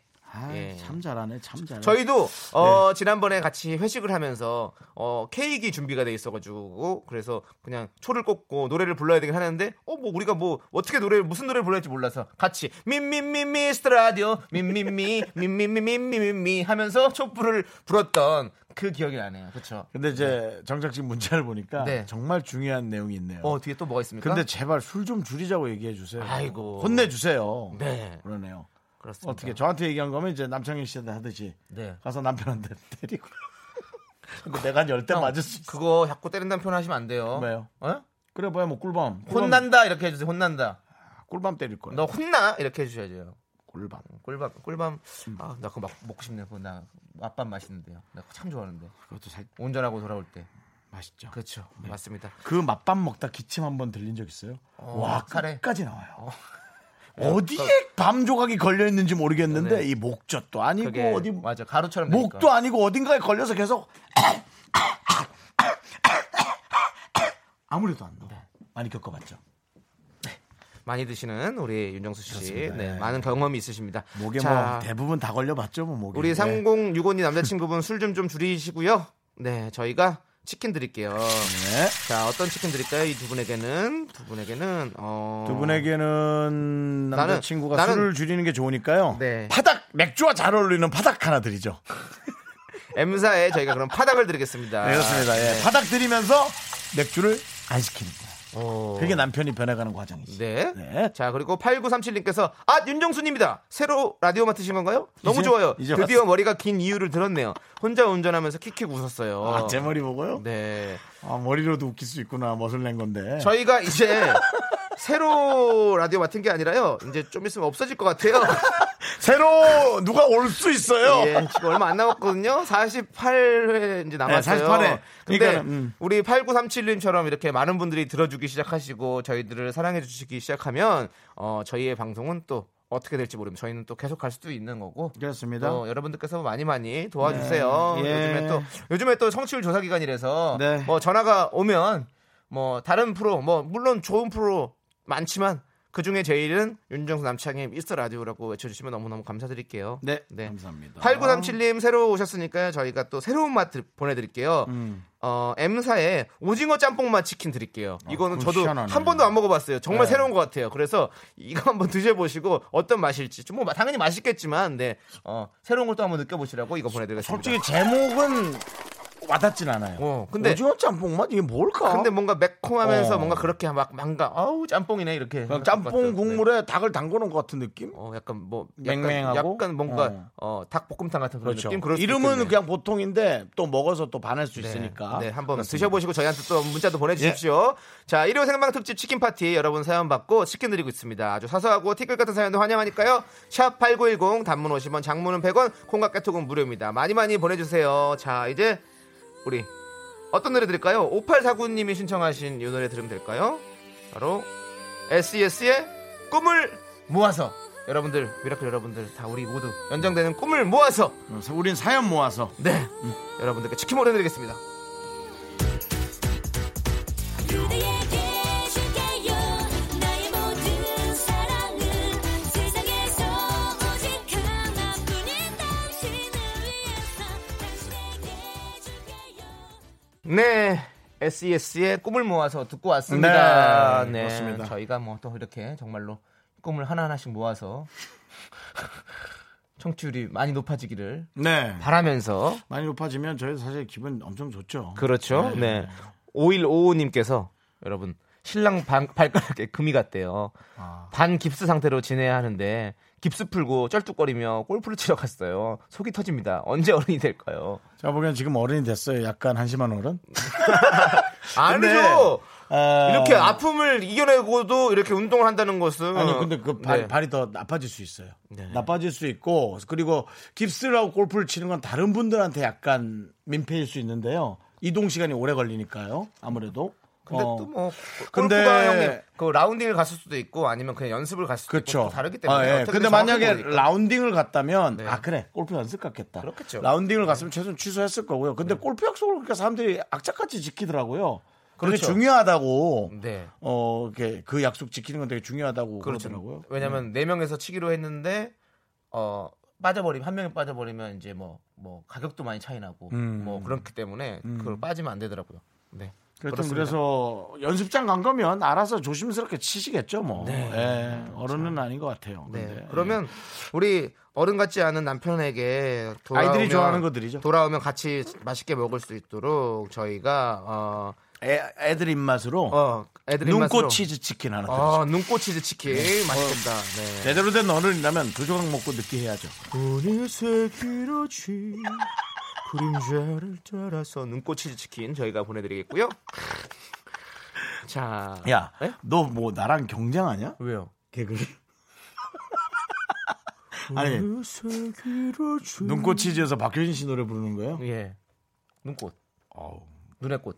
예.
아참 잘하네 참 잘해
저희도 어,
네.
지난번에 같이 회식을 하면서 어, 케이크 준비가 돼 있어가지고 그래서 그냥 초를 꽂고 노래를 불러야 되긴 하는데 어 뭐 우리가 뭐 어떻게 노래 무슨 노래를 불러야 할지 몰라서 같이 민민민 미스터 라디오 민민미 민민민민민민미 하면서 촛불을 불었던 그 기억이 나네요. 그렇죠.
근데 이제 정작 지금 문자를 보니까
네.
정말 중요한 내용이 있네요
어 뒤에 또 뭐가 있습니까?
근데 제발 술 좀 줄이자고 얘기해 주세요
아이고.
혼내주세요
네
그러네요
그렇습니다.
어떻게 저한테 얘기한 거면 이제 남창희 씨한테 하듯이
네.
가서 남편한테 (laughs) 때리고 자꾸 내가 열 대
형,
맞을 수 있어
그거 자꾸 때린다는 표현 하시면 안 돼요.
왜요?
어?
그래 뭐야 뭐 꿀밤 꿀밤-
혼난다 이렇게 해주세요. 혼난다.
꿀밤 때릴 거야
너 혼나 이렇게 해주셔야죠.
꿀밤
꿀밤 꿀밤
음.
아 나 그거 막 먹고 싶네 그거 나 맛밤 맛있는데요 나 참 좋아하는데
그것도 살
운전하고 돌아올 때
맛있죠
그렇죠 맞습니다
그 맛밥 먹다 기침 한 번 들린 적 있어요? 와
카레.
끝까지 나와요. (laughs) 어. 디에밤 조각이 걸려 있는지 모르겠는데
네.
이 목젖도 아니고
그게
어디
맞아 가루처럼 되니까.
목도 아니고 어딘가에 걸려서 계속 (laughs) 아무래도 안 나와. 많이 겪어봤죠.
많이 드시는 우리 윤정수 씨
그렇습니다.
네,
예.
많은 경험이 있으십니다
목에
자,
뭐 대부분 다 걸려봤죠, 뭐 목에.
우리
네.
3065님 남자친구분 술 좀 좀 줄이시고요 네 저희가 치킨 드릴게요
네.
자 어떤 치킨 드릴까요 이 두 분에게는 두 분에게는 어...
두 분에게는 남자친구가
나는-
술을 줄이는 게 좋으니까요.
네.
파닥 맥주와 잘 어울리는 파닥 하나 드리죠.
M사에 저희가 그럼 (laughs) 파닥을 드리겠습니다
네, 그렇습니다. 예. 파닥 드리면서 맥주를 안 시키는 거예요.
어.
그게 남편이 변해가는 과정이지.
네.
네.
자, 그리고 8937님께서 아, 윤정수님이다. 새로 라디오 맡으신 건가요? 너무
이제-
좋아요.
이제
드디어 머리가 긴 이유를 들었네요. 혼자 운전하면서 킥킥 웃었어요.
아, 제 머리 보고요?
네.
아, 머리로도 웃길 수 있구나. 멋을 낸 건데.
저희가 이제 새로 라디오 맡은 게 아니라요. 이제 좀 있으면 없어질 것 같아요.
(laughs) 새로 누가 올 수 있어요.
예, 지금 얼마 안 남았거든요. 48회 이제 남았어요.
48 네, 회.
근데
그러니까는, 음.
우리 8937님처럼 이렇게 많은 분들이 들어주기 시작하시고 저희들을 사랑해 주시기 시작하면 어, 저희의 방송은 또 어떻게 될지 모릅니다. 저희는 또 계속 갈 수도 있는 거고.
그렇습니다.
또 여러분들께서 많이 많이 도와주세요.
네. 예.
요즘에 또 요즘에 또 성취율 조사 기간이라서
네.
뭐 전화가 오면 뭐 다른 프로 뭐 물론 좋은 프로 많지만 그 중에 제일은 윤정수 남창의 미스터 라디오라고 외쳐주시면 너무너무 감사드릴게요.
네, 감사합니다.
8937님 새로 오셨으니까요. 저희가 또 새로운 맛 드- 보내드릴게요.
음.
어, M사에 오징어 짬뽕 맛 치킨 드릴게요. 이거는
아, 그건
저도
희한하네.
한 번도 안 먹어봤어요. 정말
네.
새로운 것 같아요. 그래서 이거 한번 드셔보시고 어떤 맛일지 좀 뭐 당연히 맛있겠지만 네 어, 새로운 걸 또 한번 느껴보시라고 이거 보내드렸습니다.
솔직히 제목은 와닿진 않아요.
어, 근데-
오징어 짬뽕 맛 이게 뭘까?
어? 근데 뭔가 매콤하면서
어.
뭔가 그렇게 막 망가 아우 짬뽕이네 이렇게
그냥
생각할
짬뽕
것
국물에 닭을 담그는 것 같은 느낌?
같아요. 어 약간 뭐 약간,
맹맹하고? 그렇죠.
약간 뭔가 어, 닭볶음탕 같은 그런 느낌 그럴 수도
이름은
있겠네요.
그냥 보통인데 또 먹어서 또 반할 수 있으니까.
네, 한번
그렇습니다. 예.
드셔보시고 저희한테 또 문자도 보내주십시오. 자, 일요 생방 특집 치킨 파티 여러분 사연 받고 치킨 드리고 있습니다. 아주 사소하고 티끌 같은 사연도 환영하니까요. 샵 #8910 단문 50원, 장문은 100원, 콩과 깨톡은 무료입니다. 많이 많이 보내주세요. 자, 이제 우리 어떤 노래 들을까요? 5849님이 신청하신 이 노래 들으면 될까요? 바로 SES의 꿈을 모아서 여러분들 미라클 여러분들 다 우리 모두 연장되는 꿈을 모아서
음, 우린 사연 모아서
네
음.
여러분들께 치킨 보내드리겠습니다.
그대에게 줄게요 나의 모든 사랑을 세상에서 오직 하나뿐인 당신을 위해서 당신에게 줄게요
네. SES의 꿈을 모아서 듣고 왔습니다.
네, 그렇습니다.
저희가 뭐 또 이렇게 정말로 꿈을 하나하나씩 모아서 (laughs) 청취율이 많이 높아지기를
네
바라면서
많이 높아지면 저희 사실 기분 엄청 좋죠.
그렇죠. 네. 5155님께서 여러분 신랑 방- 발가락에 금이 갔대요. 반 깁스 상태로 지내야 하는데 깁스 풀고 쩔뚝거리며 골프를 치러 갔어요. 속이 터집니다. 언제 어른이 될까요?
제가 보기엔 지금 어른이 됐어요. 약간 한심한 어른.
아니죠.
어,
이렇게 아픔을 이겨내고도 이렇게 운동을 한다는 것은
아니 근데 그 발,
네.
발이 더 나빠질 수 있어요. 나빠질 수 있고 그리고 깁스라고 골프를 치는 건 다른 분들한테 약간 민폐일 수 있는데요. 이동 시간이 오래 걸리니까요. 아무래도.
근데
어.
또 뭐
근데-
골프가 형님 그 라운딩을 갔을 수도 있고 아니면 그냥 연습을 갔을 수도 있고
그렇죠.
또 다르기 때문에
아, 예.
어떻게
근데
정확히
만약에
모르니까.
라운딩을 갔다면
네.
아 그래 골프 연습 갔겠다.
그렇겠죠. 네.
라운딩을 갔으면 최소한 취소했을 거고요. 근데 골프 약속을 그러니까 사람들이 악착같이 지키더라고요. 그게
그렇죠.
중요하다고.
네.
어, 이렇게 그 약속 지키는 건 되게 중요하다고 그러더라고요
그렇죠. 왜냐면 네 명에서 치기로 했는데 어 빠져버리면 한 명이 빠져버리면 이제 뭐 뭐 가격도 많이 차이 나고
음.
뭐 그렇기 때문에 그걸 빠지면 안 되더라고요. 네.
그렇죠.
그렇습니다.
그래서 연습장 간 거면 알아서 조심스럽게 치시겠죠, 뭐. 예. 어른은 아닌 것 같아요.
네.
근데.
그러면 우리 어른 같지 않은 남편에게 돌아오면,
아이들이 좋아하는 것들이죠.
돌아오면 같이 맛있게 먹을 수 있도록 저희가 어,
애, 애들 입맛으로
어 애들 입맛으로-
눈꽃 치즈 치킨 하나 드리죠.
아 눈꽃 치즈 치킨 맛있겠다. 네.
제대로 된 어른이라면 두 조각 먹고 느끼해야죠.
보리색 길어지 그림자를 따라서 눈꽃 치즈 치킨 저희가 보내드리겠고요. 자,
야,
에?
너 뭐 나랑 경쟁하냐?
왜요?
개그. 아니
음.
눈꽃 치즈에서 박효신 씨 노래 부르는 거예요?
예, 눈꽃, 눈의 꽃.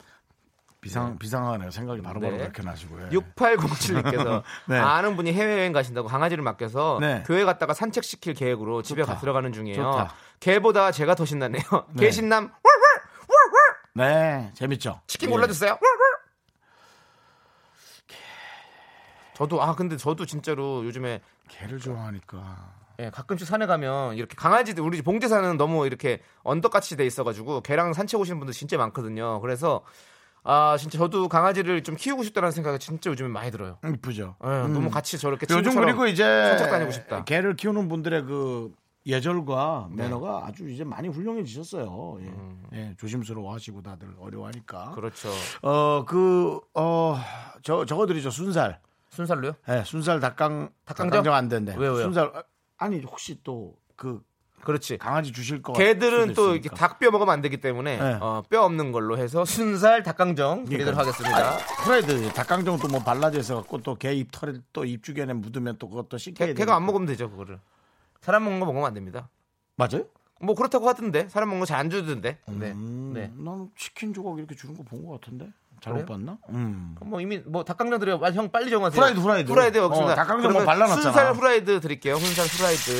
비상 비상하네요. 생각이 바로바로
네.
그렇게 나시고. 예.
6807님께서
(laughs) 네.
아는 분이 해외여행 가신다고 강아지를 맡겨서
네.
교회 갔다가 산책시킬 계획으로 집에
좋다.
가 들어가는 중이에요.
좋다.
개보다 제가 더 신나네요.
(laughs) 네.
개 신남 왈왈 왈왈
네, 재밌죠.
치킨
예.
골라주세요. 왈왈. 저도 아 근데 저도 진짜로 요즘에
개를 좋아하니까.
예, 가끔씩 산에 가면 이렇게 강아지들 우리 집 봉제 산은 너무 이렇게 언덕같이 돼 있어가지고 개랑 산책 오시는 분들 진짜 많거든요. 그래서 아 진짜 저도 강아지를 좀 키우고 싶다는 생각이 진짜 요즘에 많이 들어요.
음, 이쁘죠.
예, 너무 같이 저렇게
요즘
친구처럼
그리고 이제
산책 다니고 싶다.
개를 키우는 분들의 그 예절과 매너가 아주 이제 많이 훌륭해지셨어요. 예. 예, 조심스러워하시고 다들 어려워하니까.
음. 그렇죠.
어, 그, 어, 저, 저거 드리죠. 순살.
순살로요?
예, 순살 닭강,
닭강정?
닭강정 안 된대.
왜요, 왜요?
순살, 아, 아니, 혹시 또 그
그렇지.
강아지 주실 거.
개들은
수도
또
있으니까.
이렇게 닭뼈 먹으면 안 되기 때문에
네. 그러니까.
어, 뼈 없는 걸로 해서 순살 닭강정 드리도록
아,
하겠습니다.
프라이드 닭강정 또 뭐 발라져 있어 갖고 또 개 입 털에 또 입 주변에 묻으면 또 그것도 씻게.
개, 가안 먹으면 되죠 그거를. 사람 먹는 거 먹으면 안 됩니다.
맞아요?
뭐 그렇다고 하던데 사람 먹는 거 잘 안 주던데. 네.
음,
네.
난 치킨 조각 이렇게 주는 거 본 것 같은데 잘못
그래요?
봤나? 음.
뭐 이미 뭐 닭강정 드려. 아, 형 빨리 정하세요.
후라이드, 후라이드.
후라이드 없습니다.
어, 닭강정 뭐
그러면
발라놨잖아. 음.
순살 후라이드 드릴게요. 순살 후라이드.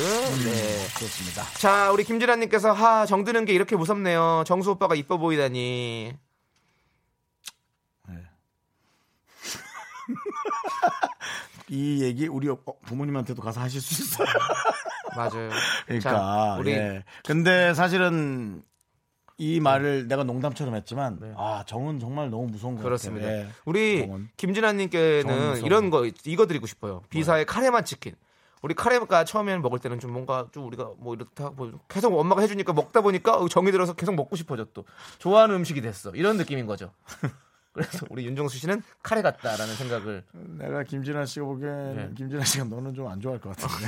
네.
그렇습니다.
자 우리 김진아님께서 하 정드는 게 이렇게 무섭네요. 정수 오빠가 이뻐 보이다니.
이 얘기 우리 어, 부모님한테도 가서 하실 수
(laughs)
있어요.
맞아요.
그러니까
자, 우리 네.
예. 근데 사실은 이 말을 내가 농담처럼 했지만 아 정은 정말 너무 무서운 것
그렇습니다.
같아요. 예.
우리
정은. 정은
김진아님께는
무서워.
이런 거 이거 드리고 싶어요. 비사의 카레맛 치킨. 우리 카레가 처음에는 먹을 때는 좀 뭔가 좀 우리가 뭐 이렇다 하고 계속 엄마가 해주니까 먹다 보니까 어, 정이 들어서 계속 먹고 싶어져 또 좋아하는 음식이 됐어 이런 느낌인 거죠. (laughs) 그래서 우리 윤정수 씨는 카레 같다라는 생각을
내가 김진아 씨가 보기엔
네.
김진아 씨가 너는 좀 안 좋아할 것 같은데.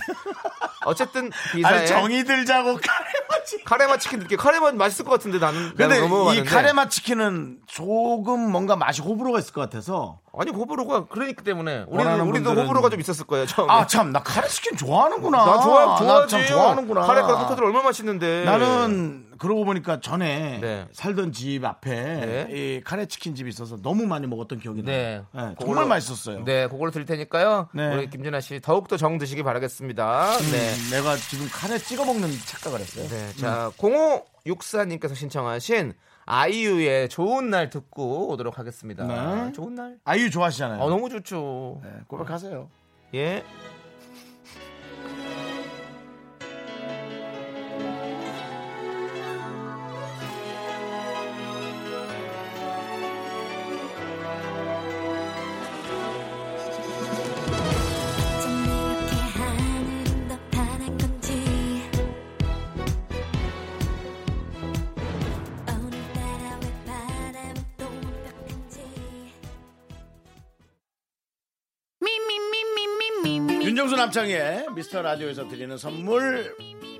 어쨌든
아니
비사의
정이 들자고 카레맛 치킨.
카레맛 치킨 느낌 카레맛 맛있을 것 같은데 나는
근데
나는 너무
이
많은데.
카레맛 치킨은 조금 뭔가 맛이 호불호가 있을 것 같아서
아니 호불호가 그러니까 때문에 우리는
원하는
우리도
분들은-
호불호가 좀 있었을 거예요 처음에.
아 참 나 카레 치킨 좋아하는구나.
어, 네. 나 좋아
나
좋아
참
하
좋아하는구나.
카레 카레 카레 얼마나 맛있는데.
나는 그러고 보니까 전에
네.
살던 집 앞에
네.
이 카레 치킨 집이 있어서 너무 많이 먹었던 기억이
네.
나요. 네,
그걸로-
정말 맛있었어요.
네, 그걸로 드릴 테니까요.
네.
우리 김진아 씨 더욱 더 정 드시기 바라겠습니다. 네.
음, 내가 지금 카레 찍어 먹는 착각을 했어요.
네. 자, 0564님께서 신청하신 아이유의 좋은 날 듣고 오도록 하겠습니다.
네.
좋은 날.
아이유 좋아하시잖아요.
어, 너무 좋죠.
네, 고백하세요.
예.
어쩜 이렇게 하늘은 더 파란 건지 오늘따라 왜 바람은 또 완벽한지
윤정수 남창의 미스터 라디오에서 드리는 선물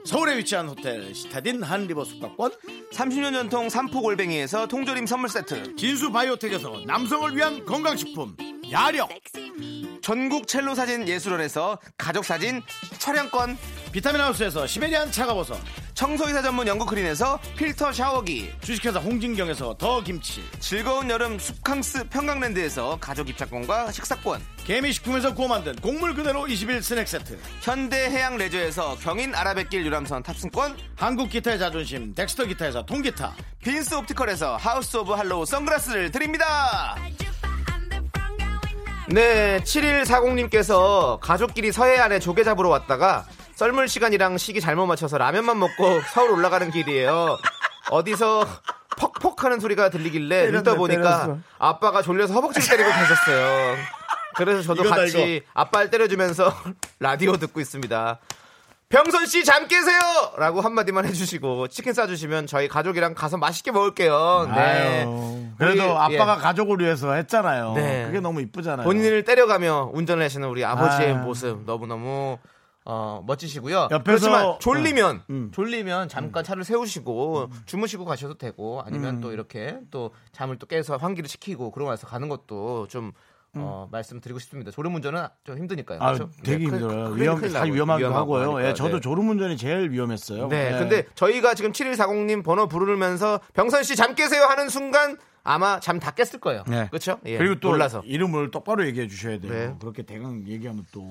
서울에 위치한 호텔 시타딘 한 리버 숙박권
30년 전통 삼포골뱅이에서 통조림 선물 세트.
진수 바이오텍에서 남성을 위한 건강식품 야력
전국 첼로 사진 예술원에서 가족 사진 촬영권.
비타민 하우스에서 시베리안 차가워서
청소이사 전문 영국 크린에서 필터 샤워기.
주식회사 홍진경에서 더 김치
즐거운 여름 숲캉스 평강랜드에서 가족 입장권과 식사권.
개미식품에서 구워 만든 곡물 그대로 21 스낵 세트
현대해양 레저에서 경인 아라뱃길 유람선 탑승권,
한국 기타의 자존심 덱스터 기타에서 통기타
빈스 옵티컬에서 하우스 오브 할로우 선글라스를 드립니다. 네, 7140님께서 가족끼리 서해안에 조개 잡으러 왔다가 썰물 시간이랑 시기 잘못 맞춰서 라면만 먹고 (laughs) 서울 올라가는 길이에요. 어디서 퍽퍽 하는 소리가 들리길래 눈 떠보니까 아빠가 졸려서 허벅지를 때리고 계셨어요. 그래서 저도
이거다,
같이 아빠를 때려주면서 (laughs) 라디오 듣고 있습니다. 병선 씨 잠 깨세요! 라고 한마디만 해주시고 치킨 싸주시면 저희 가족이랑 가서 맛있게 먹을게요. 네.
아유, 그래도
우리,
아빠가
예,
가족을 위해서 했잖아요
네.
그게 너무 이쁘잖아요
본인을 때려가며 운전을 하시는 우리 아버지의
아유.
모습 너무너무 어, 멋지시고요.
옆에서- 음.
그렇지만 졸리면 졸리면 잠깐 차를 세우시고
음.
주무시고 가셔도 되고 아니면 또 이렇게 또 잠을 또 깨서 환기를 시키고 그러고 나서 가는 것도 좀 어, 말씀드리고 싶습니다. 졸음 운전은 좀 힘드니까요.
음. 아,
그렇죠?
되게
예, 큰-
힘들어요.
큰-
위험,
큰일
다
나고
위험하기도
위험하고
하고요.
하니까,
예, 저도
네.
졸음운전이 제일 위험했어요.
네,
예.
근데 저희가 지금 7140님 번호 부르면서 병선 씨 잠 깨세요 하는 순간 아마 잠 다 깼을 거예요.
네.
그렇죠? 예.
그리고 또
놀라서.
이름을 똑바로 얘기해 주셔야 돼요.
네.
그렇게 대강 얘기하면 또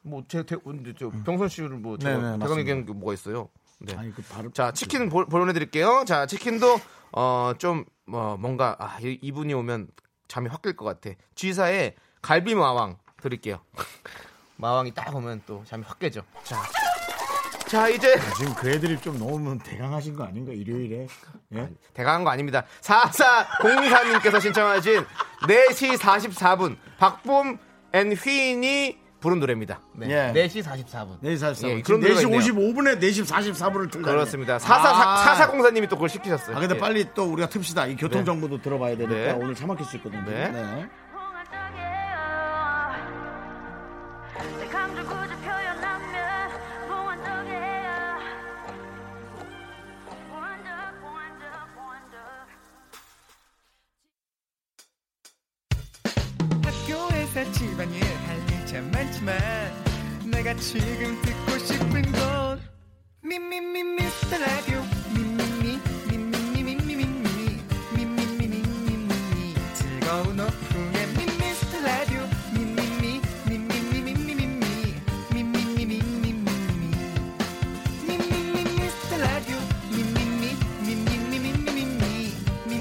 뭐제 음, 병선 씨를 뭐 제가
네, 네,
대강
맞습니다.
얘기하는 게 뭐가 있어요? 네.
아니 그 발음
자, 치킨 보, 보내드릴게요. 자, 치킨도 어, 좀 어, 뭔가 아, 이- 이분이 오면 잠이 확 깰 것 같아. 쥐사의 갈비 마왕 드릴게요. (laughs) 마왕이 딱 오면 또 잠이 확 깨죠. 자, 자 이제 (laughs)
지금 그 애들이 좀 너무 대강하신 거 아닌가 일요일에 예?
대강한 거 아닙니다. 4404님께서 신청하신 4시 44분 박봄 앤 휘인이 부른 노래입니다. 네.
예.
4시
4시
44분.
44분
예,
지금
그런 노래가
4시
있네요.
55분에 4시 44분을 틀다
그렇습니다. 4404님이 또 그걸 시키셨어요.
아 근데
예.
빨리 또 우리가 틉시다 이 교통
네.
정보도 들어봐야 되니까
네.
오늘 차 막힐 수 있거든요
네.
네.
학교에서 집안일 할 일 참 많지만 내가 지금 듣고 싶은 건 미미미 미스터 라디오 미미미 미미미 미미미 미미미 미미미 미미미 즐거운 오후에 미스터 라디오 미미미 미미미 미미미 미미미 미미미 미미미 미스터 라디오 미미미 미미미 미미미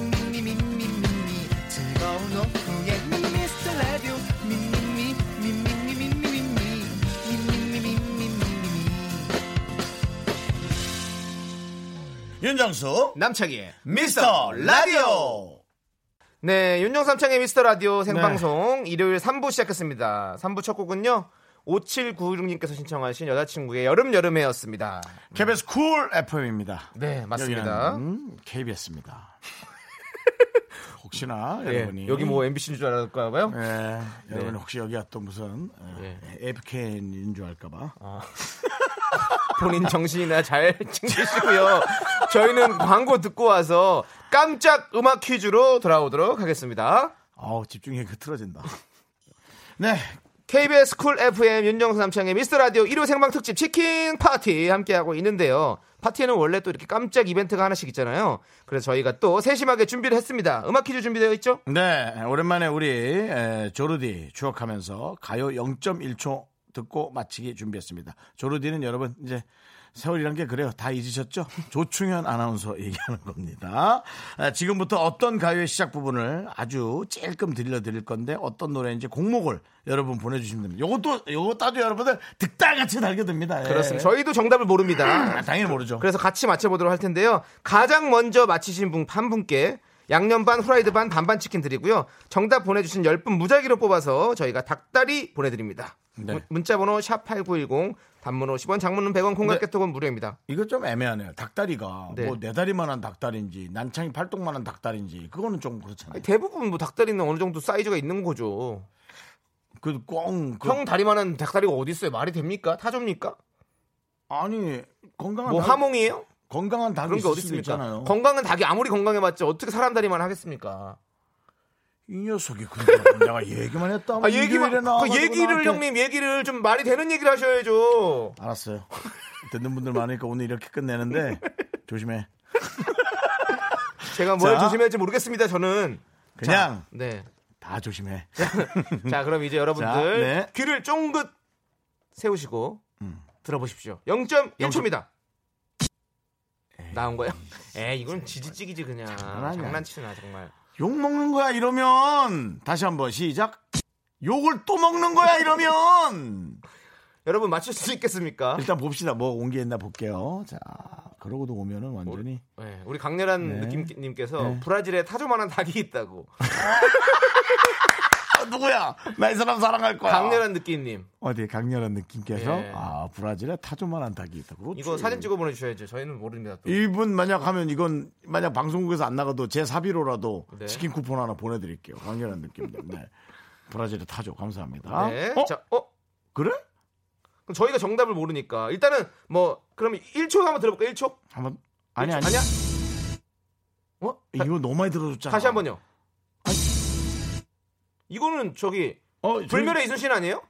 미미미 미미미 즐거운 오후 미스터 라디오 미미미 미미미
윤정수
남창희의
미스터 라디오
네, 윤정삼창의 미스터 라디오 생방송 일요일 3부 시작했습니다. 3부 첫 곡은요. 5796님께서 신청하신 여자친구의 여름 여름해였습니다.
KBS 쿨 FM입니다.
네, 맞습니다. (laughs)
KBS입니다. 혹시나
예,
여러분이
여기 뭐 MBC인 줄 알았을까봐요.
예, 여러분 혹시 여기가 또 무슨
예.
AFK인 줄 알까봐
본인 정신이나 잘 (laughs) 챙기시고요. 저희는 광고 듣고 와서 깜짝 음악 퀴즈로 돌아오도록 하겠습니다.
아우 집중력이 흐트러진다. (laughs) 네,
KBS 쿨 FM 윤정수 남창의 미스터 라디오 1호 생방 특집 치킨 파티 함께하고 있는데요. 파티에는 원래 또 이렇게 깜짝 이벤트가 하나씩 있잖아요. 그래서 저희가 또 세심하게 준비를 했습니다. 음악 퀴즈 준비되어 있죠?
네 오랜만에 우리 에, 조르디 추억하면서 가요 0.1초 듣고 마치기 준비했습니다. 조르디는 여러분 이제 세월이란 게 그래요. 다 잊으셨죠? 조충현 아나운서 얘기하는 겁니다. 아, 지금부터 어떤 가요의 시작 부분을 아주 찔끔 들려드릴 건데 어떤 노래인지 곡목을 여러분 보내주시면 됩니다. 요것도 요것도 아주 여러분들 득달같이 달게 됩니다. 예.
그렇습니다. 저희도 정답을 모릅니다.
아, 당연히 모르죠.
그래서 같이 맞춰보도록 할 텐데요. 가장 먼저 맞히신 분 한 분께 양념 반, 후라이드 반, 반반 치킨 드리고요. 정답 보내주신 10분 무작위로 뽑아서 저희가 닭다리 보내드립니다.
네.
문- 문자번호 샵8910 단문 50원, 장문은 100원, 콩깍개톡은 무료입니다.
이거 좀 애매하네요. 닭다리가
네.
뭐 내 다리만한 닭다리인지 난창이 팔뚝만한 닭다리인지 그거는 좀
아니,
그렇잖아요.
대부분 뭐 닭다리는 어느 정도 사이즈가 있는 거죠.
그꽁 그,
형 다리만한 닭다리가 어디 있어요? 말이 됩니까? 타조입니까?
아니 건강한
뭐
닭,
하몽이에요?
건강한 닭이
그런 게
있을
어디
수도
있습니까?
있잖아요.
건강은 닭이 아무리 건강해봤자 어떻게 사람 다리만 하겠습니까?
이 녀석이 그런 내가 얘기만 했다.
아 얘기만
일요일에
그
나와가지고
얘기를
나한테-
형님 얘기를 좀 말이 되는 얘기를 하셔야죠.
알았어요. 듣는 분들 많으니까 오늘 이렇게
(laughs)
끝내는데 조심해.
제가 뭘
자.
조심해야지 모르겠습니다. 저는
그냥
네.
다 조심해.
자 그럼 이제 여러분들
자, 네. 음.
귀를 쫑긋 세우시고 들어보십시오. 0.1초입니다. 나온 거예요? 에 이건 지지직이지 그냥
장난이야.
장난치나 정말.
욕 먹는 거야 이러면 다시 한번 시작. 욕을 또 먹는 거야 이러면.
여러분 맞출 수
(laughs)
있겠습니까?
일단 봅시다. 뭐 온 게 있나 볼게요. 자, 그러고도 오면은 완전히
네, 우리 강렬한
네.
느낌님께서
네.
브라질에 타조만한 닭이 있다고.
아, 누구야? 나 이 사람 사랑할 거야.
강렬한 느낌님.
어디 강렬한 느낌께서
예.
아 브라질에 타조만한 닭이 있다. 그렇지.
이거 사진 찍어 보내주셔야죠. 저희는 모릅니다. 또.
이분 만약 하면 이건 만약 방송국에서 안 나가도 제 사비로라도
네.
치킨 쿠폰 하나 보내드릴게요. 강렬한 느낌. 네. 브라질의 타조 감사합니다.
네.
어?
자, 어?
그래?
그럼 저희가 정답을 모르니까 일단은 뭐 그럼 1초 한번 들어볼까요? 1초?
한번 아니 아니.
아니야? 어? 다,
이거 너무 많이 들어줬잖아.
다시 한번요. 이거는 저기
어, 저기-
불멸의 이순신 아니에요?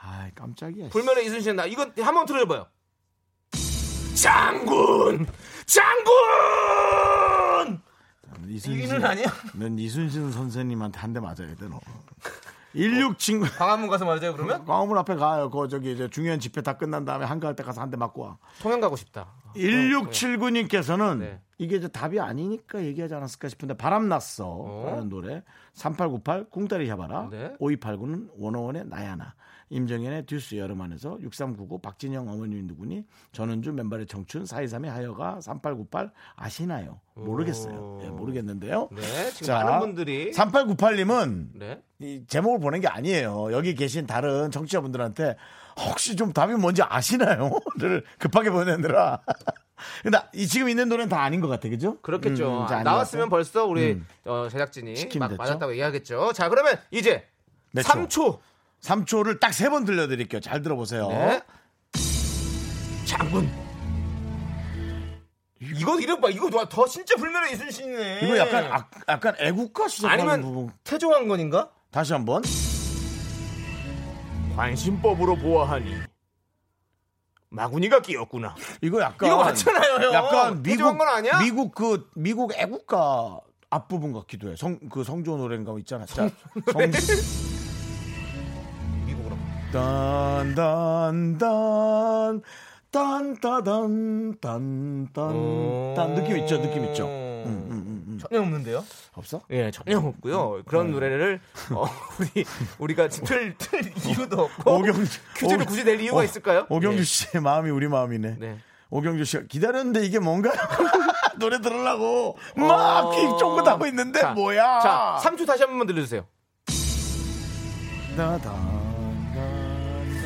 아 깜짝이야.
불멸의 이순신 나 이건 한번 들어줘봐요. 장군, 장군.
이순신
아니야?
넌 이순신 선생님한테 한 대 맞아야 돼 너. (laughs) 16 친구. (laughs)
광화문 가서 말하자요 그러면?
광화문 앞에 가요. 그 저기 이제 중요한 집회 다 끝난 다음에 한가할 때 가서 한 대 맞고 와.
통영 가고 싶다.
1679님께서는
네.
이게 이제 답이 아니니까 얘기하지 않았을까 싶은데 바람 났어 라는 노래 3898 꿍다리 잡아라
네.
5289는 원어원의 나야나 임정현의 듀스 여름 안에서 6399 박진영 어머님 누구니 전은주 맨발의 청춘 423의 하여가 3898 아시나요 모르겠어요 예, 모르겠는데요
네, 지금 많은 분들이
3898님은
네.
이 제목을 보낸 게 아니에요. 여기 계신 다른 청취자분들한테 혹시 좀 답이 뭔지 아시나요? (laughs) 를 급하게 보내느라. (laughs) 근데 이 지금 있는 노래는 다 아닌 것 같아, 그죠?
그렇겠죠.
음, 이제 아닌
나왔으면
것 같아요.
벌써 우리 어, 제작진이
치킨
막
됐죠?
맞았다고 얘기하겠죠. 자, 그러면 이제
몇
3초.
3초를 딱 세 번 들려드릴게요. 잘 들어보세요.
네. 장군. 이거 이름 봐. 이거 와, 더 진짜 불멸의 이순신이네.
이거 약간 아, 약간 애국가 시작하는
아니면
부분.
태조왕건인가?
다시 한번.
관심법으로 보아하니 마구니가 끼었구나.
이거 약간
이거 맞잖아요, 형. (laughs)
약간
태조한
미국
건 아니야?
미국 그 미국 애국가 앞부분 같기도 해. 성 그 성조 노래인가 있잖아. 자, 성
미국으로.
딴딴딴 딴따단
어.
딴딴 음, 딴 느낌 있죠 느낌 있죠 음,
음, 전혀 없는데요.
없어?
예, 전혀
음.
없고요.
네.
그런 노래를 어, (laughs) 우리 우리가 틀, 틀 이유도 없고
오경주 (laughs) 그
퀴즈를 굳이 낼 이유가 있을까요?
오경주 씨의 마음이 우리 마음이네
네.
오경주 씨가 기다렸는데 이게 뭔가 (laughs) 노래 들으려고 막
어.
쫑긋하고 있는데
자,
뭐야?
자, 3초 다시 한 번만 들려주세요.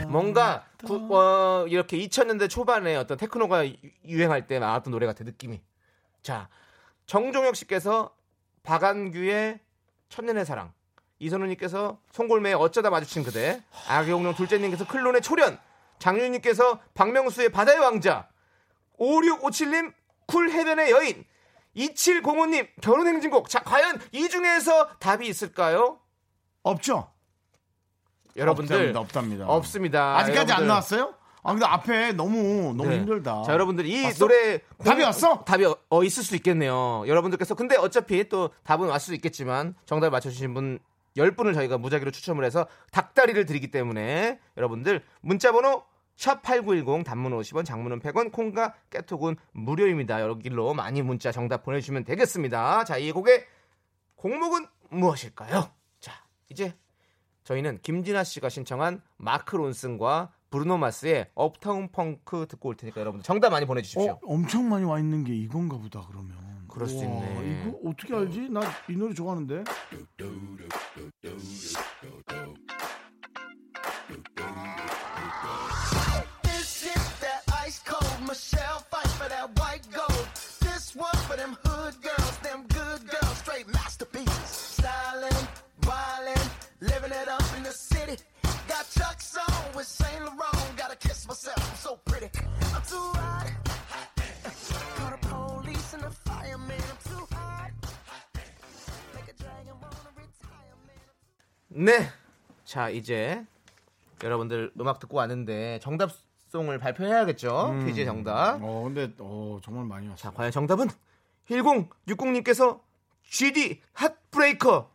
뭔가 구- 어, 이렇게 2000년대 초반에 어떤 테크노가 유- 유행할 때 나왔던 노래 같아 느낌이. 자, 정종혁 씨께서 박안규의 천년의 사랑, 이선우님께서 송골매의 어쩌다 마주친 그대, 아기홍룡 둘째님께서 클론의 초련, 장윤님께서 박명수의 바다의 왕자, 5657님 쿨 해변의 여인, 2705님 결혼행진곡. 자, 과연 이 중에서 답이 있을까요?
없죠?
여러분들
없답니다, 없답니다.
없습니다.
아직까지 안
여러분들.
나왔어요? 아 근데 앞에 너무 너무
네.
힘들다.
자, 여러분들 이
왔어?
노래
답이 왔어?
답이 어, 어, 있을 수 있겠네요. 여러분들께서 근데 어차피 또 답은 왔을 수 있겠지만 정답 맞춰 주신 분 10분을 저희가 무작위로 추첨을 해서 닭다리를 드리기 때문에 여러분들 문자 번호 샵8910 단문 50원 장문은 100원 콩과 깨톡은 무료입니다. 여기로 많이 문자 정답 보내 주시면 되겠습니다. 자, 이 곡의 곡목은 무엇일까요? 자, 이제 저희는 김진아 씨가 신청한 마크 론슨과 브루노 마스의 업타운 펑크 듣고 올 테니까 여러분들 정답 많이 보내주십시오.
어, 엄청 많이 와 있는 게 이건가 보다 그러면.
그럴 수
우와,
있네.
이거 어떻게 알지? 나 이 노래 좋아하는데.
This is that ice cold Michelle fight for that white gold. This one for them hood girls, them good girls, straight masterpieces. Stylin', violin, living it up in the city. Got Chuck's on with Saint Laurent. Gotta kiss myself, I'm so pretty. I'm too hot. Call the police and the fireman. I'm too hot. Make a dragon wanna retire, man.
네. 자, 이제 여러분들 음악 듣고 왔는데 정답송을 발표해야겠죠? 퀴즈의 정답.
음. 어 근데 어 정말 많이 왔어.
자, 과연 정답은 1060님께서 GD 핫브레이커.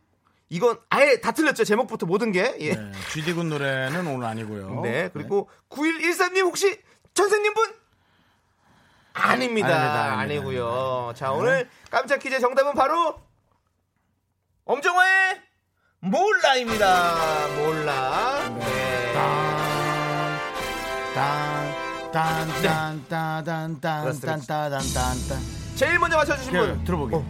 이건 아예 다 틀렸죠. 제목부터 모든 게. 예.
네, GD 군 노래는 오늘 아니고요.
네. 그리고 9113님 혹시 전생님 분? 아닙니다.
아닙니다, 아닙니다,
아니고요. 자, 오늘 깜짝 퀴즈 의 정답은 바로 엄정화의 몰라입니다. 몰라. 네.
딴딴딴딴딴딴딴딴딴딴 그,
제일 먼저 맞춰 주신 분.
들어보게.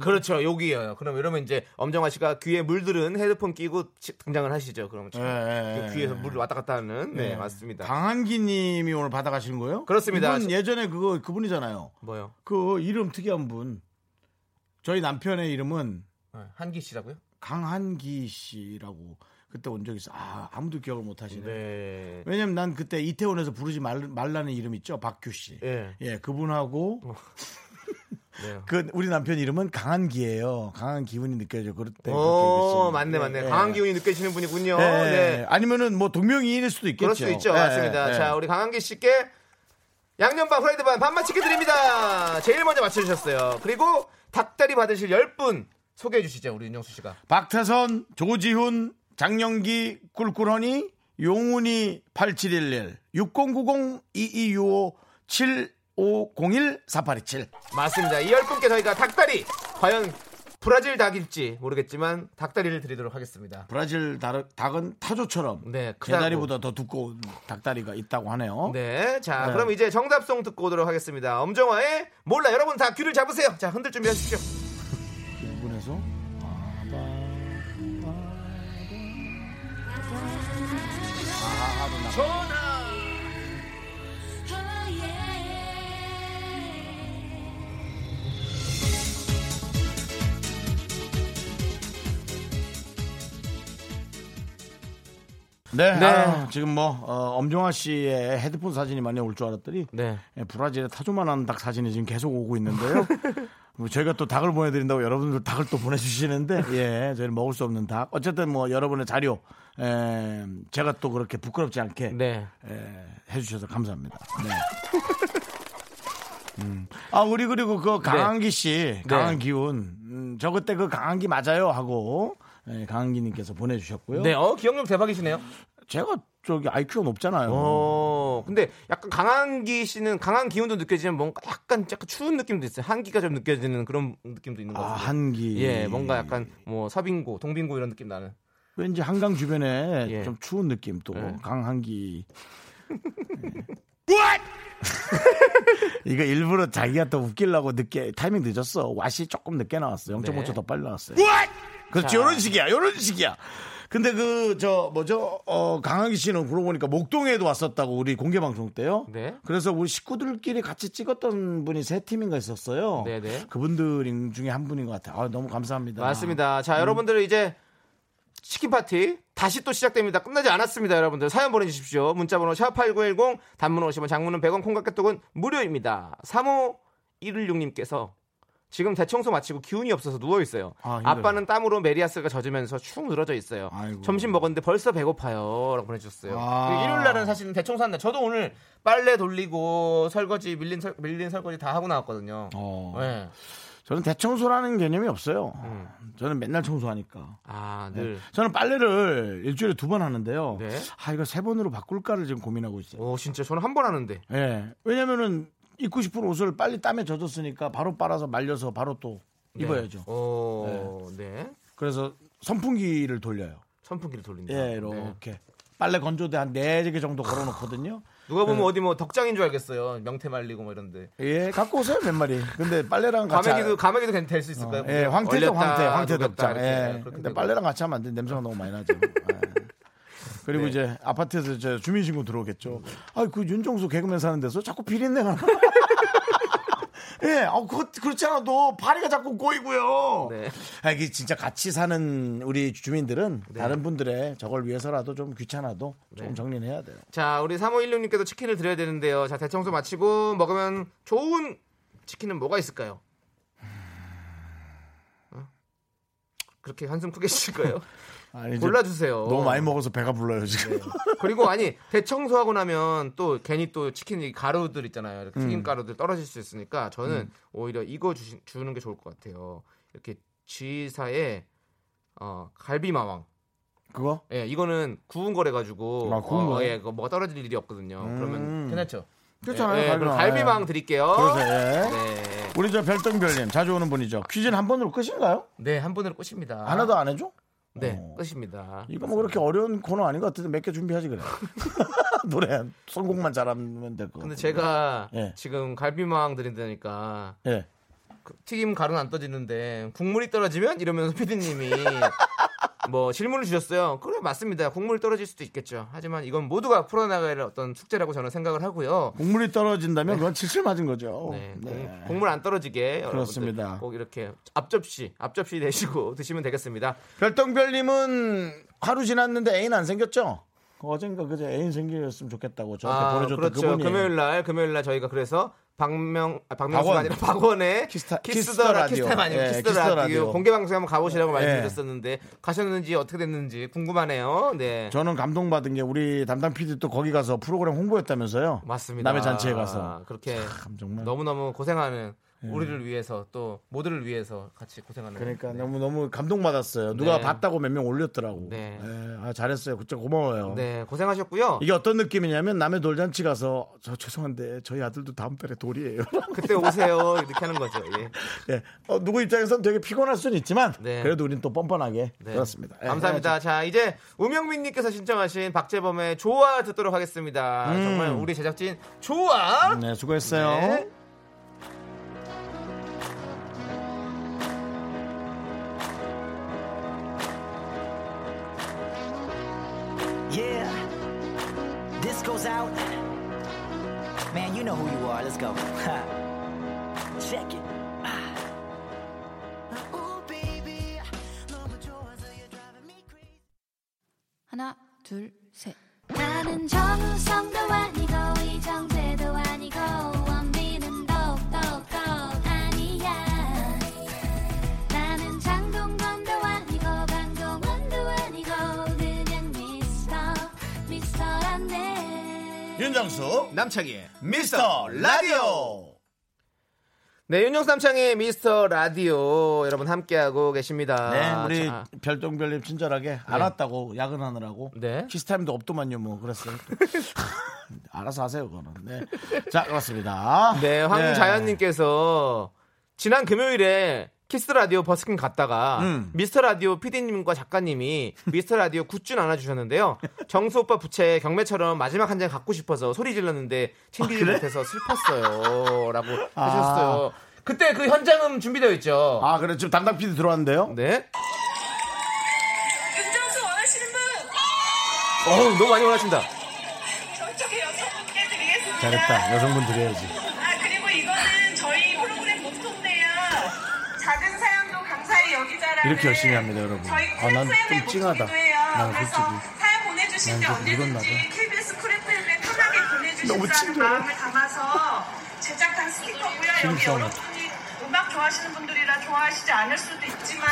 그렇죠. 여기예요. 그럼 이러면 이제 엄정화 씨가 귀에 물들은 헤드폰 끼고 치- 등장을 하시죠. 그러면 참
예, 예,
그 귀에서
예.
물을 왔다 갔다 하는 네,
예.
맞습니다.
강한기님이 오늘 받아가시는 거예요?
그렇습니다.
이분 예전에 그거 그분이잖아요.
뭐요?
그 이름 특이한 분. 저희 남편의 이름은
네, 한기 씨라고요?
강한기 씨라고 그때 온 적이 있어. 아 아무도 기억을 못 하시네.
네.
왜냐면 난 그때 이태원에서 부르지 말, 말라는 이름 있죠, 박규 씨.
예. 어.
예, 그분하고 (laughs)
네.
그 우리 남편 이름은 강한기예요. 강한 기운이 느껴져. 그럴 때.
오, 맞네, 네, 맞네. 강한 기운이 느껴지는 분이군요.
예, 예.
네.
아니면은 뭐 동명이인일 수도 있겠죠.
그럴 수 있죠. 네,
예,
맞습니다.
예.
자, 우리 강한기 씨께 양념반, 후라이드반, 반만 치킨 드립니다. 제일 먼저 맞춰주셨어요. 그리고 닭다리 받으실 10분 소개해 주시죠. 우리 윤정수 씨가.
박태선, 조지훈, 장영기, 꿀꿀허니, 용훈이 8711, 6090-2265, 7501-4827.
맞습니다. 이 10분께 저희가 닭다리! 과연 브라질 닭일지 모르겠지만 닭다리를 드리도록 하겠습니다.
브라질 닭- 닭은 타조처럼
네, 크다고.
개다리보다 더 두꺼운 닭다리가 있다고 하네요.
네. 자,
네.
그럼 이제 정답송 듣고 오도록 하겠습니다. 엄정화의 몰라. 여러분 다 귀를 잡으세요. 자, 흔들 준비하십시오.
이 부분에서
Oh,
네, 아유, 지금 뭐 어, 엄정화 씨의 헤드폰 사진이 많이 올 줄 알았더니
네.
예, 브라질의 타조만한 닭 사진이 지금 계속 오고 있는데요. 뭐 저희가 또 닭을 보내드린다고 여러분들 닭을 또 보내주시는데 예, 저희는 먹을 수 없는 닭. 어쨌든 뭐 여러분의 자료 에, 제가 또 그렇게 부끄럽지 않게
네.
예, 해주셔서 감사합니다. 네. 음. 아 우리 그리고 그
네.
강한기 씨 강한 기운 음, 저 그때 그 강한기 맞아요 하고 예, 강한기님께서 보내주셨고요.
네, 어, 기억력 대박이시네요.
제가 저기 IQ가 높잖아요.
어, 근데 약간 강한기 씨는 강한 기운도 느껴지면 뭔가 약간 약간 추운 느낌도 있어요. 한기가 좀 느껴지는 그런 느낌도 있는 것
아,
같아요.
한기.
예, 뭔가 약간 뭐 서빙고, 동빙고 이런 느낌 나는.
왠지 한강 주변에
예.
좀 추운 느낌 또
예.
강한기. (laughs) 이거 일부러 자기가 또 웃기려고 늦게 타이밍 늦었어. 왓이 조금 늦게 나왔어.
네.
0.5초 더 빨리 나왔어요. 그렇지 이런 식이야. 이런 식이야. 근데 그 저 뭐죠? 어 강하기 씨는 그러고 보니까 목동에도 왔었다고 우리 공개 방송 때요.
네.
그래서 우리 식구들끼리 같이 찍었던 분이 세 팀인가 있었어요.
네, 네.
그분들 중에 한 분인 것 같아요. 아, 너무 감사합니다.
맞습니다.
음.
자, 여러분들 이제 치킨 파티 다시 또 시작됩니다. 끝나지 않았습니다, 여러분들. 사연 보내주십시오. 문자번호 샵8910 단문 50원, 장문은 100원, 콩깍개톡은 무료입니다. 35116님께서 지금 대청소 마치고 기운이 없어서 누워 있어요.
아, 힘들어요.
아, 빠는 땀으로 메리아스가 젖으면서 축 늘어져 있어요.
아이고.
점심 먹었는데 벌써 배고파요라고 보내주셨어요.
아.
그리고 일요일 날은 사실은 대청소한다. 저도 오늘 빨래 돌리고 설거지 밀린 설, 밀린 설거지 다 하고 나왔거든요.
어.
네. 음.
저는 대청소라는 개념이 없어요. 저는 맨날 청소하니까.
아, 늘.
저는 빨래를 일주일에 두 번 하는데요.
네.
아 이거 세 번으로 바꿀까를 지금 고민하고 있어요.
오, 진짜 저는 한 번 하는데.
예. 왜냐면은 입고 싶은 옷을 빨리 땀에 젖었으니까 바로 빨아서 말려서 바로 또 네.
네.
입어야죠.
어, 네.
그래서 선풍기를 돌려요.
선풍기를 돌린다.
예,
네.
이렇게 빨래 건조대 한 네 개 정도 걸어 놓거든요.
누가 보면 어디 뭐 덕장인 줄 알겠어요. 명태 말리고 뭐 이런데.
예, 갖고 오세요, 몇 마리. 근데 빨래랑 같이
과메기도 그 과메기도 괜 될수 있을까요?
아, 예, 황태죠,
얼렸다,
황태, 황태
녹였다,
덕장.
이렇게.
예.
그렇게
근데
되고.
빨래랑 같이 하면 안 돼. 냄새가 너무 많이
(laughs)
나죠. 예. 그리고
네.
이제 아파트에서 저 주민신고 들어오겠죠. 아, 그 윤종수 개그맨 사는 데서 자꾸 비린내가 나. (laughs) 예, 어, 그, 그렇지 않아도 파리가 자꾸 꼬이고요.
네.
아, 이게 진짜 같이 사는 우리 주민들은
네.
다른 분들의 저걸 위해서라도 좀 귀찮아도 조금 정리는 해야 돼요.
자, 우리 3516님께도 치킨을 드려야 되는데요. 자, 대청소 마치고 먹으면 좋은 치킨은 뭐가 있을까요? 어? 그렇게 한숨 크게 쉬실 거예요?
아니, (laughs) 이제
골라주세요.
너무 많이 먹어서 배가 불러요,
네.
지금.
그리고 아니 대청소하고 나면 또 괜히 또 치킨 이 가루들 있잖아요. 이렇게
음.
튀김 가루들 떨어질 수 있으니까 저는 오히려 이거 주시, 주는 게 좋을 것 같아요. 이렇게 G사의 어, 갈비 마왕.
그거?
예, 이거는 구운 거래 가지고
아, 구운 거예요?
예, 그거 뭐가 떨어질 일이 없거든요. 그러면 괜찮죠?
괜찮아요,
예, 예, 그럼
갈비마왕.
갈비 마왕 드릴게요.
그러세요, 예.
네.
우리 저 별똥별님, 자주 오는 분이죠. 퀴즈는 한 번으로 끝인가요?
네, 한 번으로 끝입니다.
아. 하나도 안 해줘?
네,
어.
끝입니다.
이거 뭐 그렇게 어려운 코너 아닌 것 같은데 몇 개 준비하지 그래. (laughs) 노래 선곡만 잘하면 될 것.
근데
같은데.
제가
예.
지금 갈비 마왕 드린다니까
예.
튀김 가루는 안 떠지는데 국물이 떨어지면 이러면서 피디님이 뭐 질문을 주셨어요. 그래 맞습니다. 국물이 떨어질 수도 있겠죠. 하지만 이건 모두가 풀어나갈 어떤 숙제라고 저는 생각을 하고요.
국물이 떨어진다면 그건 칠칠 맞은 거죠.
네,
네.
국- 국물 안 떨어지게 여러분들
그렇습니다.
꼭 이렇게 앞접시 앞접시 내시고 (laughs) 드시면 되겠습니다.
별똥별님은 하루 지났는데 애인 안 생겼죠? 어젠가 그제 애인 생겼으면 좋겠다고 저한테 보내줬던
그렇죠.
분이
금요일 날 금요일 날 저희가 그래서 박명 아, 박명수가
박원.
아니라 박원의
키스타-
키스더 라
키스더 라디오.
키스타 아니고
예,
키스더
키스더
라디오,
라디오. 예. 공개
공개 방송 한번 가보시라고
말씀드렸었는데
말씀드렸었는데 가셨는지 어떻게 됐는지 궁금하네요. 네.
저는 감동받은 게 우리 담당 PD 또 거기 가서 프로그램 홍보했다면서요?
맞습니다. 아,
남의 잔치에 가서.
그렇게
정말.
너무너무 고생하는 우리를 위해서 또 모두를 위해서 같이 고생하는
그러니까
네.
너무 너무 감동받았어요. 누가
네.
봤다고 몇 명 올렸더라고.
네.
예, 아, 잘했어요. 그쪽 고마워요.
네, 고생하셨고요.
이게 어떤 느낌이냐면 남의 돌잔치 가서 저 죄송한데 저희 아들도 다음 달에 돌이에요. (laughs)
그때 오세요. 이렇게 하는 거죠. 예.
예. 어, 누구 입장에선 되게 피곤할 수는 있지만
네.
그래도 우린 또 뻔뻔하게
네.
그렇습니다. 예,
감사합니다. 자, 이제 우명민 님께서 신청하신 박재범의 좋아 듣도록 하겠습니다.
음.
정말 우리 제작진 좋아.
해야죠. 네, 수고했어요.
네.
Yeah. This goes out. Man, you know who you are. Let's go. (laughs) Check it.
Oh, baby, 너무 좋아서 you're driving me crazy.
하나, 둘, 셋.
나는 정우성도 아니고 이정재도 아니고 원빈은 더욱더 아니야 나는 장동건도 아니고 강동원도 아니고 그냥 미스터 미스터란데
윤정수
남창희의
미스터 라디오.
네, 윤정수 남창희의 미스터 라디오 여러분 함께하고 계십니다.
네, 우리
아, 자,
별똥별님 친절하게 안 왔다고 야근하느라고
네.
키스타임도 없더만요, 뭐 그랬어요.
(laughs)
알아서 하세요, 그거는. 네. 자, 그렇습니다. 예.
네, 황자연님께서 지난 네, 금요일에 키스 라디오 버스킹 갔다가
음.
미스터 라디오 PD님과 작가님이 미스터 라디오 굿즈 나눠 주셨는데요. 정수 오빠 부채 경매처럼 마지막 한 장 갖고 싶어서 소리 질렀는데
아,
챙기지 못해서 슬펐어요라고 하셨어요. 그때 그 현장음 준비되어 있죠.
아, 그래. 지금 담당 PD 들어왔는데요?
네.
윤정수 원하시는 분
어우, 너무 많이 원하신다.
저쪽에 여성 해드리겠습니다.
잘했다. 여성분 드려야지.
아 그리고 이거는 저희 프로그램 모토인데요. 작은 사연도 감사히 여기자라는
이렇게 열심히 합니다, 여러분.
저희
아, 난
프로그램의
좀 찡하다.
모토인데요.
난
그래서
솔직히.
사연 보내주실 때
난 좀 이건 아,
언제든지 KBS 쿨FM에 편하게
너무
보내주신다는
친절해.
마음을 담아서 제작한 스티커고요. 여기
김성아.
여러분이 음악 좋아하시는 분들이라 좋아하시지 않을 수도 있지만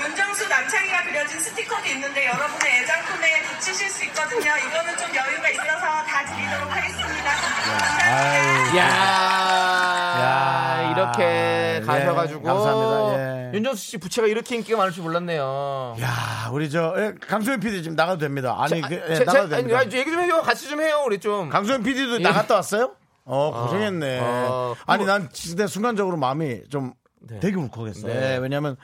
(laughs)
윤정수 남창이가 그려진 스티커도 있는데 여러분의 애장품에 붙이실 수 있거든요. 이거는 좀 여유가 있어서 다 드리도록 하겠습니다.
네. 아유.
야, 이렇게
예,
가셔가지고
감사합니다. 예.
윤정수 씨 부채가 이렇게 인기가 많을 줄 몰랐네요.
야, 우리 저 예, 강소연 PD 지금 나가도 됩니다. 아니, 그, 예,
제- 제-
나가도
아니,
됩니다.
아니, 얘기 좀 해요. 같이 좀 해요. 우리 좀.
강소연 PD도
예. 아,
나갔다 왔어요? 어, 고생했네.
어.
아니, 난 진짜 순간적으로 마음이 좀 되게 울컥했어요.
네.
왜냐면,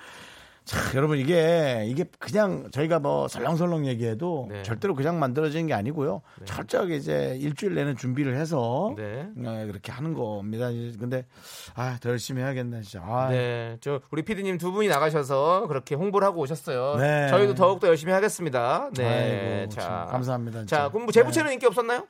자, 여러분 이게, 이게 그냥 저희가 뭐 설렁설렁 얘기해도
네.
절대로 그냥 만들어지는 게 아니고요. 철저하게 이제 일주일 내내 준비를 해서
네.
네, 그렇게 하는 겁니다. 근데, 아, 더 열심히 해야겠네, 진짜. 아,
네, 저 우리 피디님 두 분이 나가셔서 그렇게 홍보를 하고 오셨어요.
네.
저희도 더욱 더 열심히 하겠습니다. 네,
아이고, 참 감사합니다, 진짜. 네.
자, 그럼 뭐 제부채는 인기 없었나요?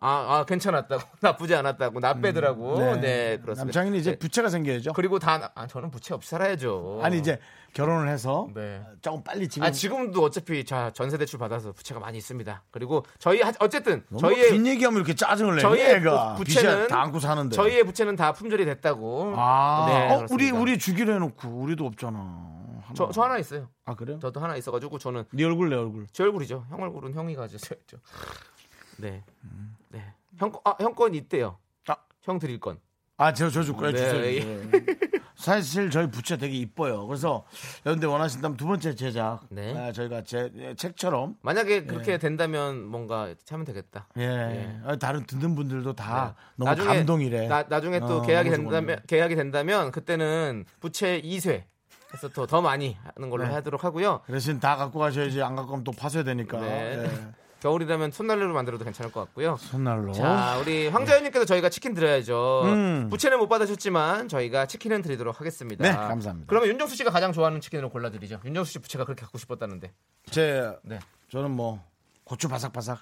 아, 아, 괜찮았다고 (laughs) 나쁘지 않았다고 나 빼더라고. 네, 그렇습니다.
음, 남창이는 이제
네,
부채가 생겨야죠.
그리고 다 나- 아, 저는 부채 없이 살아야죠.
아니, 이제 결혼을 해서
네.
조금 빨리 지금.
아 지금도 어차피 자 전세 대출 받아서 부채가 많이 있습니다. 그리고 저희 하- 어쨌든
너무
저희의
빈 얘기하면 이렇게 짜증을 내요.
저희의
애가
부-
빚이야,
부채는
다 안고 사는데.
저희의 부채는 다 품절이 됐다고.
아,
네,
어, 우리
그렇습니다.
우리 주기로 해놓고 우리도 없잖아. 하나.
저, 저 하나 있어요.
아 그래요?
저도 하나 있어가지고 저는
네 얼굴 내 얼굴.
제 얼굴이죠. 형 얼굴은 형이 가져야죠. 네, 네. 형, 거- 아, 형건 있대요.
아.
형 드릴 건.
아, 제가 저줄 거예요.
네,
주세요. 주세요. 사실 저희 부채 되게 이뻐요. 그래서 여러분들 원하신다면 두 번째 제작.
네.
아, 저희가 제 예, 책처럼.
만약에 그렇게 된다면 뭔가 하면 되겠다.
예. 아, 다른 듣는 분들도 다 아, 너무
네. 나중에-
감동이래.
나, 나중에 또
어,
계약이
너무 좋은데.
된다면 계약이 된다면 그때는 부채 2세 해서 더, 더 많이 하는 걸로
네.
하도록 하고요.
대신 다 갖고 가셔야지 안 갖고 가면 또 파쇄 되니까.
네.
예.
겨울이라면 손난로로 만들어도 괜찮을 것 같고요.
손날로.
자, 우리 황자연님께서 저희가 치킨 드려야죠.
어? 음.
부채는 못 받으셨지만 저희가 치킨은 드리도록 하겠습니다.
네, 감사합니다.
그러면 윤정수 씨가 가장 좋아하는 치킨으로 골라드리죠. 윤정수 씨 부채가 그렇게 갖고 싶었다는데. (laughs)
제
네.
저는 뭐 고추 바삭바삭.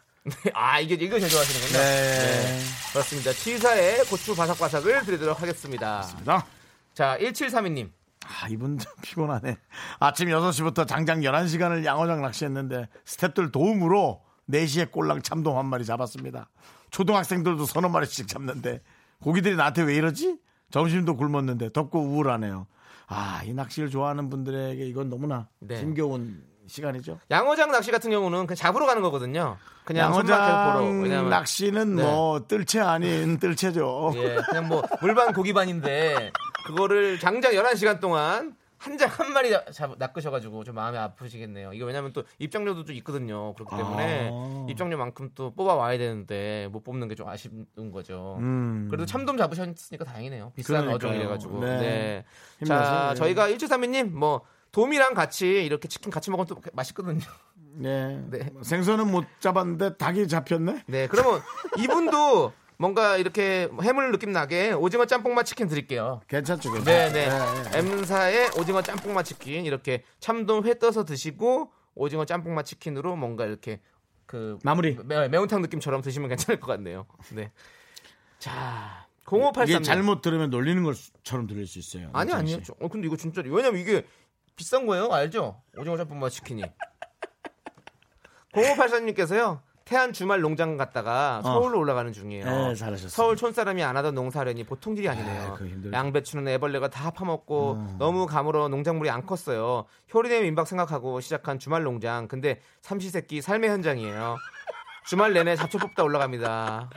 아, 이게 이거 제일 좋아하시는군요.
네.
그렇습니다. 치사의 고추 바삭바삭을 드리도록 하겠습니다.
자,
자, 1732님.
아, 이분 좀 (laughs) 피곤하네. 아침 6시부터 장장 11시간을 양어장 낚시했는데 스탭들 도움으로 4시에 꼴랑 참돔 한 마리 잡았습니다. 초등학생들도 서너 마리씩 잡는데 고기들이 나한테 왜 이러지? 점심도 굶었는데 덥고 우울하네요. 아, 이 낚시를 좋아하는 분들에게 이건 너무나
네.
힘겨운 시간이죠.
양어장 낚시 같은 경우는 그냥 잡으러 가는 거거든요. 그냥 손만 계속 보러.
양어장
왜냐면
낚시는
네.
뭐 뜰채 아닌 뜰채죠.
예, 그냥 뭐 물반 고기반인데 그거를 장장 11시간 동안 한 장 한 마리 잡- 잡, 낚으셔가지고 좀 마음이 아프시겠네요. 이거 왜냐면 또 입장료도 좀 있거든요. 그렇기 때문에
아.
입장료만큼 또 뽑아와야 되는데 못 뽑는 게 좀 아쉬운 거죠.
음.
그래도 참돔 잡으셨으니까 다행이네요. 비싼
그러니까요.
어종이라가지고.
네.
네.
힘내세요.
자,
예.
저희가 1732님 뭐 돔이랑 같이 이렇게 치킨 같이 먹으면 또 맛있거든요.
네.
네.
생선은 못 잡았는데 닭이 잡혔네.
네, 그러면 이분도 뭔가 이렇게 해물 느낌 나게 오징어 짬뽕맛 치킨 드릴게요.
괜찮죠, 괜찮죠.
네네.
네, 네.
M사의 오징어 짬뽕맛 치킨 이렇게 참돔 회 떠서 드시고 오징어 짬뽕맛 치킨으로 뭔가 이렇게 그
마무리.
매, 매운탕 느낌처럼 드시면 괜찮을 것 같네요. 네. 자, 0583.
이게 잘못 들으면 놀리는 것처럼 들릴 수 있어요.
아니
남창희
아니요.
씨.
저- 어, 근데 이거 진짜 왜냐면 이게 비싼 거예요. 알죠? 오징어 짬뽕맛
(laughs)
치킨이. 0584님께서요. 태안 주말 농장 갔다가 서울로 올라가는 중이에요.
어. 네, 잘하셨어요.
서울 촌사람이 안 하던 농사라니 보통 일이
아,
아니네요.
그거 힘들죠.
양배추는 애벌레가 다 파먹고 너무 가물어 농작물이 안 컸어요. 효리네 민박 생각하고 시작한 주말 농장. 근데 삼시세끼 삶의 현장이에요. 주말 내내 잡초 뽑다 올라갑니다.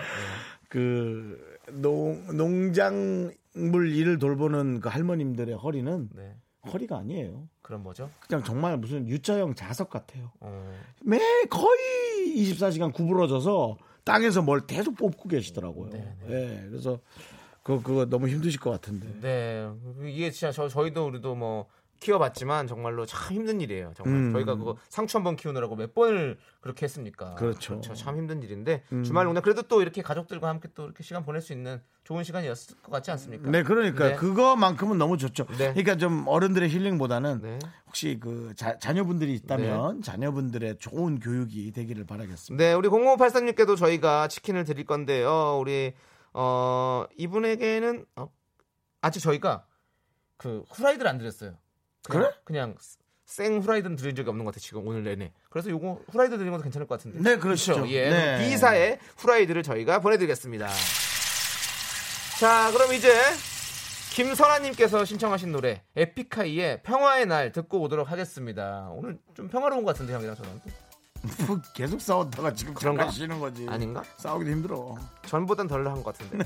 그 농, 농작물 일을 돌보는 그 할머님들의 허리는
네.
허리가 아니에요.
그럼 뭐죠?
그냥 정말 무슨 U자형 자석 같아요.
어,
매 거의
네,
24시간 구부러져서 땅에서 뭘 계속 뽑고 계시더라고요. 예. 그래서 그거, 그거 너무 힘드실 것 같은데.
네. 이게 진짜 저, 저희도 우리도 뭐 키워봤지만 정말로 참 힘든 일이에요. 정말
음.
저희가 그거 상추 한 번 키우느라고 몇 번을 그렇게 했습니까?
그렇죠.
참 힘든 일인데
음.
주말 농장 그래도 또 이렇게 가족들과 함께 또 이렇게 시간 보낼 수 있는 좋은 시간이었을 것 같지 않습니까?
네, 그러니까
네.
그거만큼은 너무 좋죠.
네.
그러니까 좀 어른들의 힐링보다는 혹시 그 자, 녀분들이 있다면 자녀분들의 좋은 교육이 되기를 바라겠습니다. (laughs)
네, 우리 05836께도 저희가 치킨을 드릴 건데요. 우리 어 이분에게는 어, 아직 저희가 그 후라이드를 안 드렸어요. 그냥,
그래?
그냥 생 후라이드는 드린 적이 없는 것 같아요. 지금 오늘 내내. 그래서 요거 후라이드 드리는 것도 괜찮을 것 같은데.
네, 그러시죠.
그렇죠? 예.
네.
그럼 B사의 후라이드를 저희가 보내드리겠습니다. 자, 그럼 이제 김설아님께서 신청하신 노래 에픽하이의 평화의 날 듣고 오도록 하겠습니다. 오늘 좀 평화로운 것 같은데 형이랑 저랑.
뭐 계속 싸웠다가 지금 그런
그런가?
거 하시는 거지.
아닌가?
싸우기도 힘들어.
전보단 덜 한 것 같은데.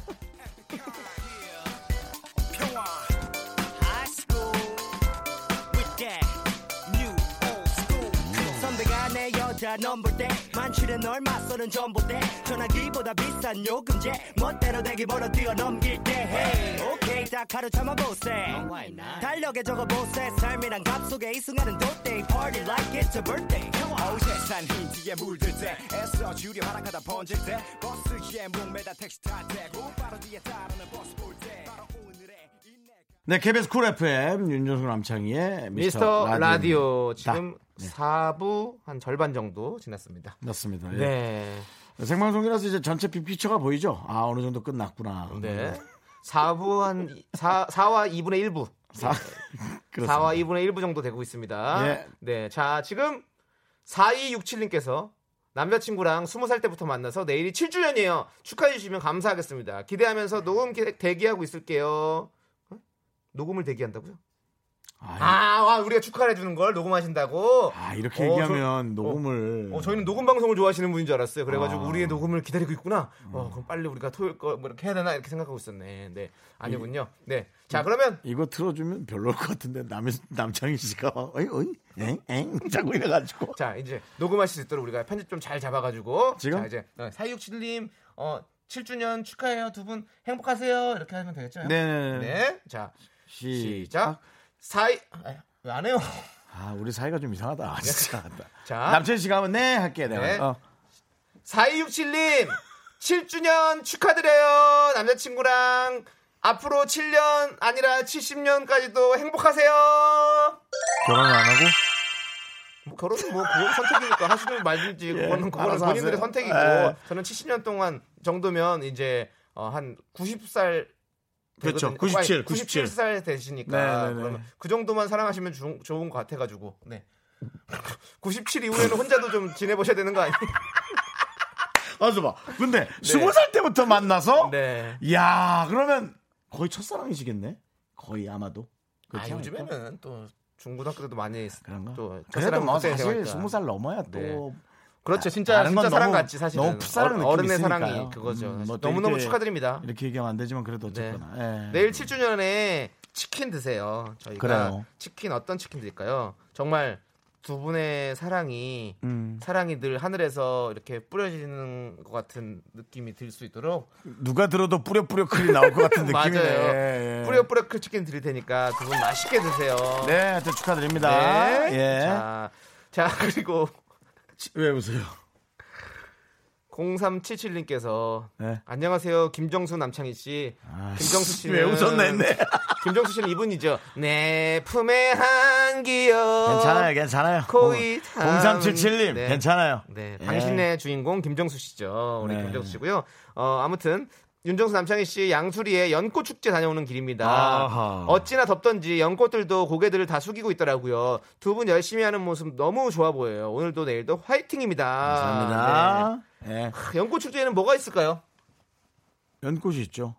high school with that new old school. 선배가 내 여자 넘볼때 만취는 널 맞서는 전봇대 전화기보다 비싼 요금제 멋대로 대기보러 뛰어넘길 때 hey. 오케이 딱 하루 참아보세 달력에 적어보세 삶이란 값속에 이 순간은 도떼 party like it's a birthday
어우 세상 흰티에 물들 때 애써 주려 하락하다 번질 때 버스 위에 목매다 택시 탈 때고 바로 뒤에 따르는 버스 볼때 바로 오늘의
네, KBS 쿨 FM 윤정수 남창희의
(laughs) 미스터 네. 라디오,
다.
지금 사 4부 한 절반 정도 지났습니다.
맞습니다. 예.
네.
생방송이라서 이제 전체 빅피처가 보이죠? 아, 어느 정도 끝났구나. 음,
네. 4부 한 4, 사와 2분의 1부. 4,
그렇습니다.
와 2분의 1부 정도 되고 있습니다.
예.
네. 자, 지금 4267님께서 남자친구랑 20살 때부터 만나서 내일이 7주년이에요. 축하해 주시면 감사하겠습니다. 기대하면서 녹음 기- 대기하고 있을게요. 어? 녹음을 대기한다고요? 아, 와, 우리가 축하를 해주는 걸 녹음하신다고?
아, 이렇게
어, 저-
얘기하면 녹음을.
어, 저희는 녹음 방송을 좋아하시는 분인 줄 알았어요. 그래가지고
아. 음.
우리의 녹음을 기다리고 있구나. 어, 그럼 빨리 우리가 토요일 거뭐 이렇게 해야 되나 이렇게 생각하고 있었네. 네, 아니군요.
예.
네, 자 그러면
이거 틀어주면 별로일 것 같은데 남 남창희 씨가 어이 어이 엥엥 (laughs) 자꾸 이래가지고
자 이제 녹음하실 수 있도록 우리가 편집 좀 잘 잡아가지고
지금?
자, 이제 어, 4267님 어 7주년 축하해요. 두 분 행복하세요. 이렇게 하면 되겠죠?
네네네.
네, 자
시작.
사이 왜 안 해요?
아 우리 사이가 좀 이상하다. (laughs) 아, 진짜.
자
남창희 씨가 하면 네 할게 내가.
네.
어.
4267님 7주년 축하드려요 남자친구랑 앞으로 7년 아니라 70년까지도 행복하세요
결혼 안 하고?
뭐 결혼은 뭐 그건 선택이니까 하시든 말든지 그거는, 그거는
예, 알아서
본인들의
하세요.
선택이고
예.
저는 70년 동안 정도면 이제 어, 한 90살
그렇죠.
되거든요.
97,
아니, 97, 살 되시니까
네, 네, 네.
그러면 그 정도만 사랑하시면 주- 좋은 것 같아가지고 네. 97 이후에는 혼자도 좀 지내보셔야 되는
(laughs)
거 아니에요?
아주 봐. 근데 스무 살 때부터 만나서.
네.
야 그러면 거의 첫사랑이시겠네. 거의 아마도.
아,
그렇죠. 그렇지 않을까? 아,
요즘에는 또 중고등학교 때도 많이
그러니까. 그런가?
또
그래도
첫사랑
뭐
그때
사실
생각하니까.
스무 살 넘어야 또.
네. 그렇죠 진짜
다른 건
진짜 사랑
너무-
같지 사실은
너무 풋사랑 느낌이
어른의
있으니까요.
사랑이 그거죠
음, 뭐또
너무너무
이렇게- 네.
축하드립니다
이렇게 얘기하면 안 되지만 그래도 어쨌거나. 예.
네. 내일 7주년에 치킨 드세요 저희가
그래요.
치킨 어떤 치킨 드릴까요 정말 두 분의 사랑이
음.
사랑이 늘 하늘에서 이렇게 뿌려지는 것 같은 느낌이 들 수 있도록
누가 들어도 뿌려뿌려 클이 나올 것
(laughs)
같은 느낌이네. 예, 예.
맞아요 뿌려뿌려 크 치킨 드릴 테니까 두 분 맛있게 드세요
네, 하여튼 축하드립니다.
네.
예.
자, 자 (laughs) 그리고
왜 웃어요?
0377님께서
네. 아,
안녕하세요 김정수 남창희 씨 김정수 씨는
왜 웃었나 했네.
(laughs) 김정수 씨는 이분이죠 내 품에 안기여
괜찮아요, 괜찮아요.
거의 다-
0377님,
네.
괜찮아요.
네,
예.
당신의 주인공 김정수 씨죠 우리
네.
김정수 씨고요 어 아무튼 윤정수 남창희 씨 양수리에 연꽃 축제 다녀오는 길입니다.
아하.
어찌나 덥던지 연꽃들도 고개들을 다 숙이고 있더라고요. 두 분 열심히 하는 모습 너무 좋아 보여요. 오늘도 내일도 화이팅입니다. 네.
아, 감사합니다. 예.
크, 아, 연꽃 축제에는 뭐가 있을까요?
연꽃이 있죠.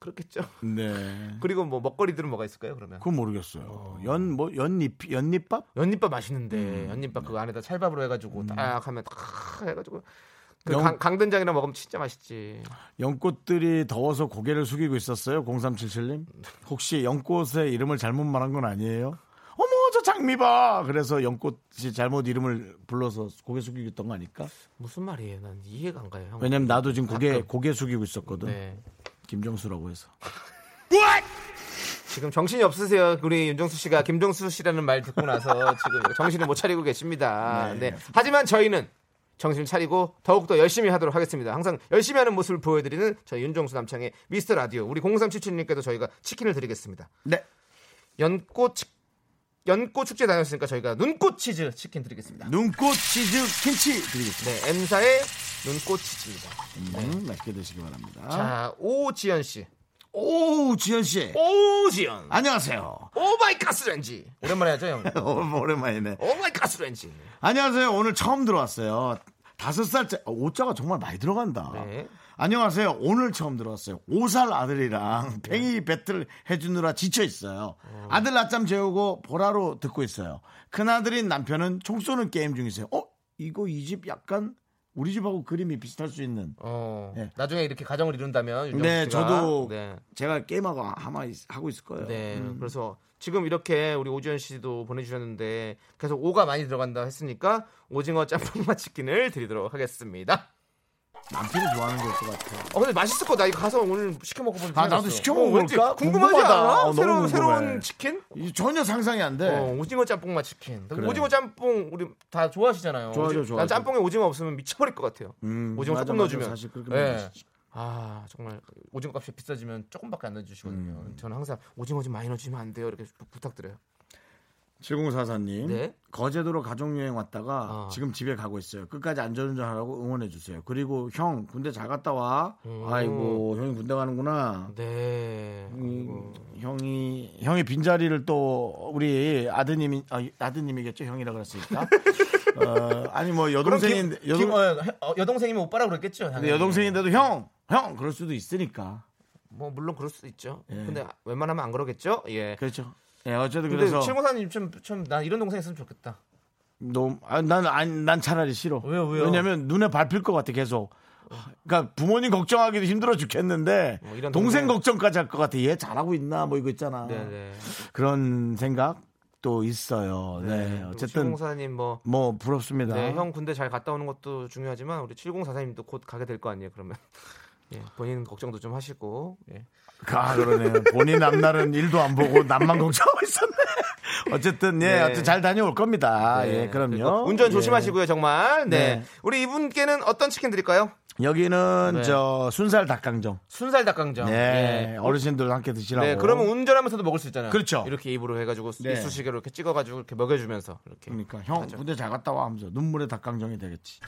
그렇겠죠. (laughs)
네.
그리고 뭐 먹거리들은 뭐가 있을까요? 그러면
그건 모르겠어요. 연, 뭐, 연잎, 연잎밥?
연잎밥 맛있는데 연잎밥 그 안에다 찰밥으로 해가지고 딱 하면 딱 해가지고 그
영-
강, 강된장이랑 먹으면 진짜 맛있지.
연꽃들이 더워서 고개를 숙이고 있었어요. 0377님. 혹시 연꽃의 이름을 잘못 말한 건 아니에요? 어머 저 장미봐. 그래서 연꽃이 잘못 이름을 불러서 고개 숙이고 있던 거 아닐까?
무슨 말이에요? 난 이해가 안 가요. 형.
왜냐면 나도 지금 고개 고개 숙이고 있었거든.
네.
김정수라고 해서.
지금 정신이 없으세요. 우리 윤정수 씨가 김정수 씨라는 말 듣고 (laughs) 나서 지금 정신을 못 차리고 계십니다. 네. 하지만 저희는 정신을 차리고 더욱더 열심히 하도록 하겠습니다. 항상 열심히 하는 모습을 보여드리는 저희 윤정수 남창의 미스터 라디오. 우리 0377님께도 저희가 치킨을 드리겠습니다.
네.
연꽃 치- 연꽃 축제 다녔으니까 저희가 눈꽃 치즈 치킨 드리겠습니다.
눈꽃 치즈 김치 드리겠습니다.
네, M사의 눈꽃 치즈입니다.
음, 맛있게 드시기 바랍니다.
자, 오지연 씨.
오, 지현 씨.
오지연.
안녕하세요. (laughs)
오마이 가스렌지. 오랜만에 하죠, 형.
오, 오랜만이네.
오마이 가스렌지.
안녕하세요. 오늘 처음 들어왔어요. 다섯 살째 어, 오자가 정말 많이 들어간다.
네.
안녕하세요. 오늘 처음 들어왔어요. 5살 아들이랑
네.
팽이 배틀 해주느라 지쳐 있어요. 아들 낮잠 재우고 보라로 듣고 있어요. 큰아들인 남편은 총 쏘는 게임 중이세요. 어? 이거 이 집 약간 우리 집하고 그림이 비슷할 수 있는.
어,
네.
나중에 이렇게 가정을 이룬다면 윤정수
네,
씨가-
저도
네,
제가 게임하고 아마 있- 하고 있을 거예요.
네.
음.
그래서 지금 이렇게 우리 오지연 씨도 보내주셨는데 계속 오가 많이 들어간다 했으니까 오징어 짬뽕맛 치킨을 드리도록 하겠습니다.
남편이 좋아하는 걸 것 같아요.
어, 근데 맛있을 거 나 이거 가서 오늘 시켜 먹어보면
아, 나도 시켜 먹어볼까?
궁금하지
궁금하다.
않아?
어, 너무
새로운
궁금해.
새로운 치킨?
이- 전혀 상상이 안 돼.
어, 오징어 짬뽕맛 치킨.
그래.
오징어 짬뽕 우리 다 좋아하시잖아요.
좋아하죠,
오징- 난
좋아하죠.
짬뽕에 오징어 없으면 미쳐버릴 것 같아요.
음,
오징어
맞아,
조금
맞아.
넣어주면
사실 그렇게
예.
많이 드시죠.
아 정말 오징어 값이 비싸지면 조금밖에 안 넣어주시거든요.
음.
저는 항상 오징어 좀 많이 넣어주면 안 돼요. 이렇게 부- 부탁드려요.
7044님
네.
거제도로 가족여행 왔다가
아.
지금 집에 가고 있어요 끝까지 안전운전하라고 응원해주세요 그리고 형 군대 잘 갔다 와
음.
아이고 형이 군대 가는구나
네.
음, 형이 형이 빈자리를 또 우리 아드님이 아, 아드님이겠죠 형이라
(laughs)
그랬으니까 어, 아니 뭐 여동생인 데
여동...
여동,
어, 여동생이면 오빠라고 그랬겠죠.
근데
당연히.
여동생인데도 형 형 그럴 수도 있으니까
뭐 물론 그럴 수도 있죠.
예.
근데 웬만하면 안 그러겠죠. 예.
그렇죠 예 어쨌든
근데
그래서
최고사님 좀좀난 이런 동생 있으면 좋겠다.
너무 아, 난, 아니, 난 차라리 싫어.
왜요, 왜요?
왜냐면 눈에 밟힐 것 같아 계속. 그러니까 부모님 걱정하기도 힘들어 죽겠는데
뭐 이런
동생
동네.
걱정까지 할 것 같아. 얘 잘하고 있나 뭐 이거 있잖아.
네네.
그런 생각도 있어요. 네, 어쨌든
최고사님 뭐
뭐 부럽습니다.
네, 형 군대 잘 갔다 오는 것도 중요하지만 우리 7044님도 곧 가게 될 거 아니에요. 그러면 (laughs) 예, 본인 걱정도 좀 하시고 예.
아 그러네요. 본인 앞날은 일도 안 보고
(laughs)
남만 걱정하고 있었네. 어쨌든 예,
네.
어쨌든 잘 다녀올 겁니다.
네,
예, 그럼요.
그리고 운전
예.
조심하시고요, 정말. 네.
네.
우리 이분께는 어떤 치킨 드릴까요?
여기는
네.
저 순살 닭강정.
순살 닭강정.
네,
예.
어르신들 함께 드시라고.
네, 그러면 운전하면서도 먹을 수 있잖아요.
그렇죠.
이렇게 입으로 해가지고
네.
이쑤시개로 이렇게 찍어가지고 이렇게 먹여주면서 이렇게.
그러니까 형 군대 잘 갔다 와 하면서 눈물의 닭강정이 되겠지.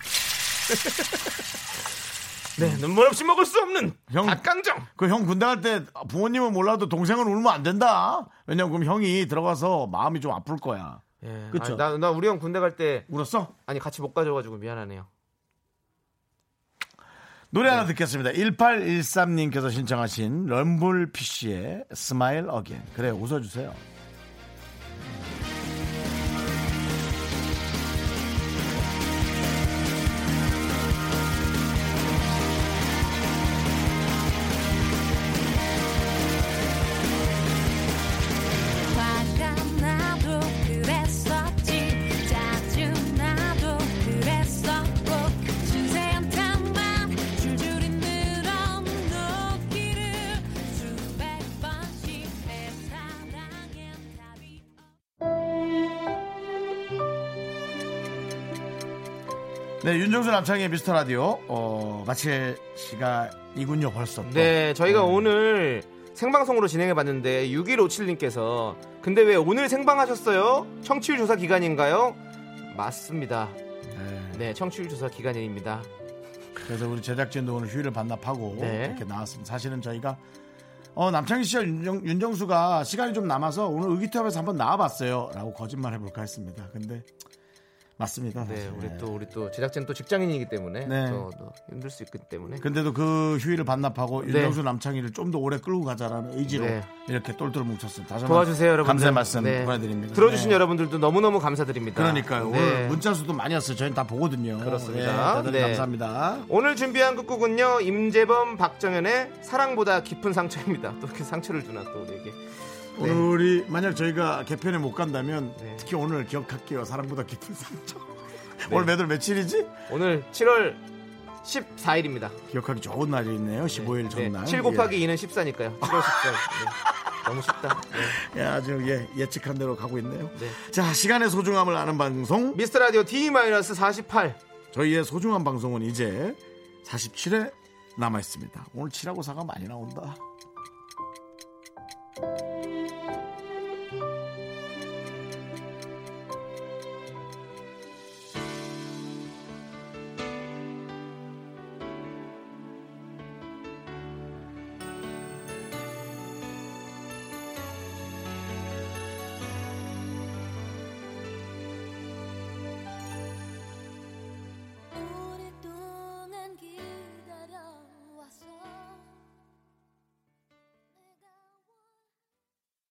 네, 눈물 없이 먹을 수 없는
형.
닭강정.
그 형 군대 갈 때 부모님은 몰라도 동생은 울면 안 된다. 왜냐면 그럼 형이 들어가서 마음이 좀 아플 거야.
예.
그쵸.
아니, 나, 나 우리 형 군대 갈 때
울었어?
아니 같이 못 가져가지고 미안하네요.
노래
네.
하나 듣겠습니다. 1813님께서 신청하신 럼블피쉬의 스마일 어겐. 그래 웃어주세요.
화가 나도 그랬었지 짜증 나도 그랬었고 신세한 탓만 줄줄이 늘어놓기를 수백 번씩 내 사랑엔 답이
네 윤정수 남창의 미스터 라디오 어, 마칠 시간이군요 벌써. 또.
네, 저희가 오늘 생방송으로 진행해봤는데 6157님께서 근데 왜 오늘 생방하셨어요? 청취율 조사 기간인가요? 맞습니다.
네.
네, 청취율 조사 기간입니다.
그래서 우리 제작진도 오늘 휴일을 반납하고
네.
이렇게 나왔습니다. 사실은 저희가 어, 남창희 씨와 윤정, 수가 시간이 좀 남아서 오늘 의기투합해서 한번 나와봤어요. 라고 거짓말 해볼까 했습니다. 근데 맞습니다.
네,
사실.
우리 또 우리 또 제작진 또 직장인이기 때문에
네.
또, 또 힘들 수 있기 때문에
근데도 그 휴일을 반납하고
네.
윤정수 남창희를 좀 더 오래 끌고 가자라는 의지로
네.
이렇게 똘똘 뭉쳤습니다. 다시 한번
도와주세요, 여러분.
감사의 말씀 보내드립니다.
들어주신
네.
여러분들도 너무 너무 감사드립니다.
그러니까요.
네.
오늘 문자 수도 많이 왔어요. 저희는 다 보거든요.
그렇습니다.
네, 다들
네.
감사합니다.
오늘 준비한 끝곡은요 임재범 박정현의 사랑보다 깊은 상처입니다. 또 이렇게 상처를 주나 또 우리에게. 네.
오늘이 만약 저희가 개편에 못 간다면
네.
특히 오늘 (laughs) 기억할게요. 사랑보다 깊은 상처. 오늘 몇월 며칠이지?
오늘 7월 14일입니다.
기억하기 좋은 날이 있네요. 15일 전날. 예.
7 곱하기 2는 14니까요. 7월 14일. 네. 너무 쉽다. 네.
예, 아주 예, 예측한 대로 가고 있네요. 자, 시간의 소중함을 아는 방송.
미스터 라디오 D-48.
저희의 소중한 방송은 이제 47회 남아 있습니다. 오늘 7하고 4가 많이 나온다.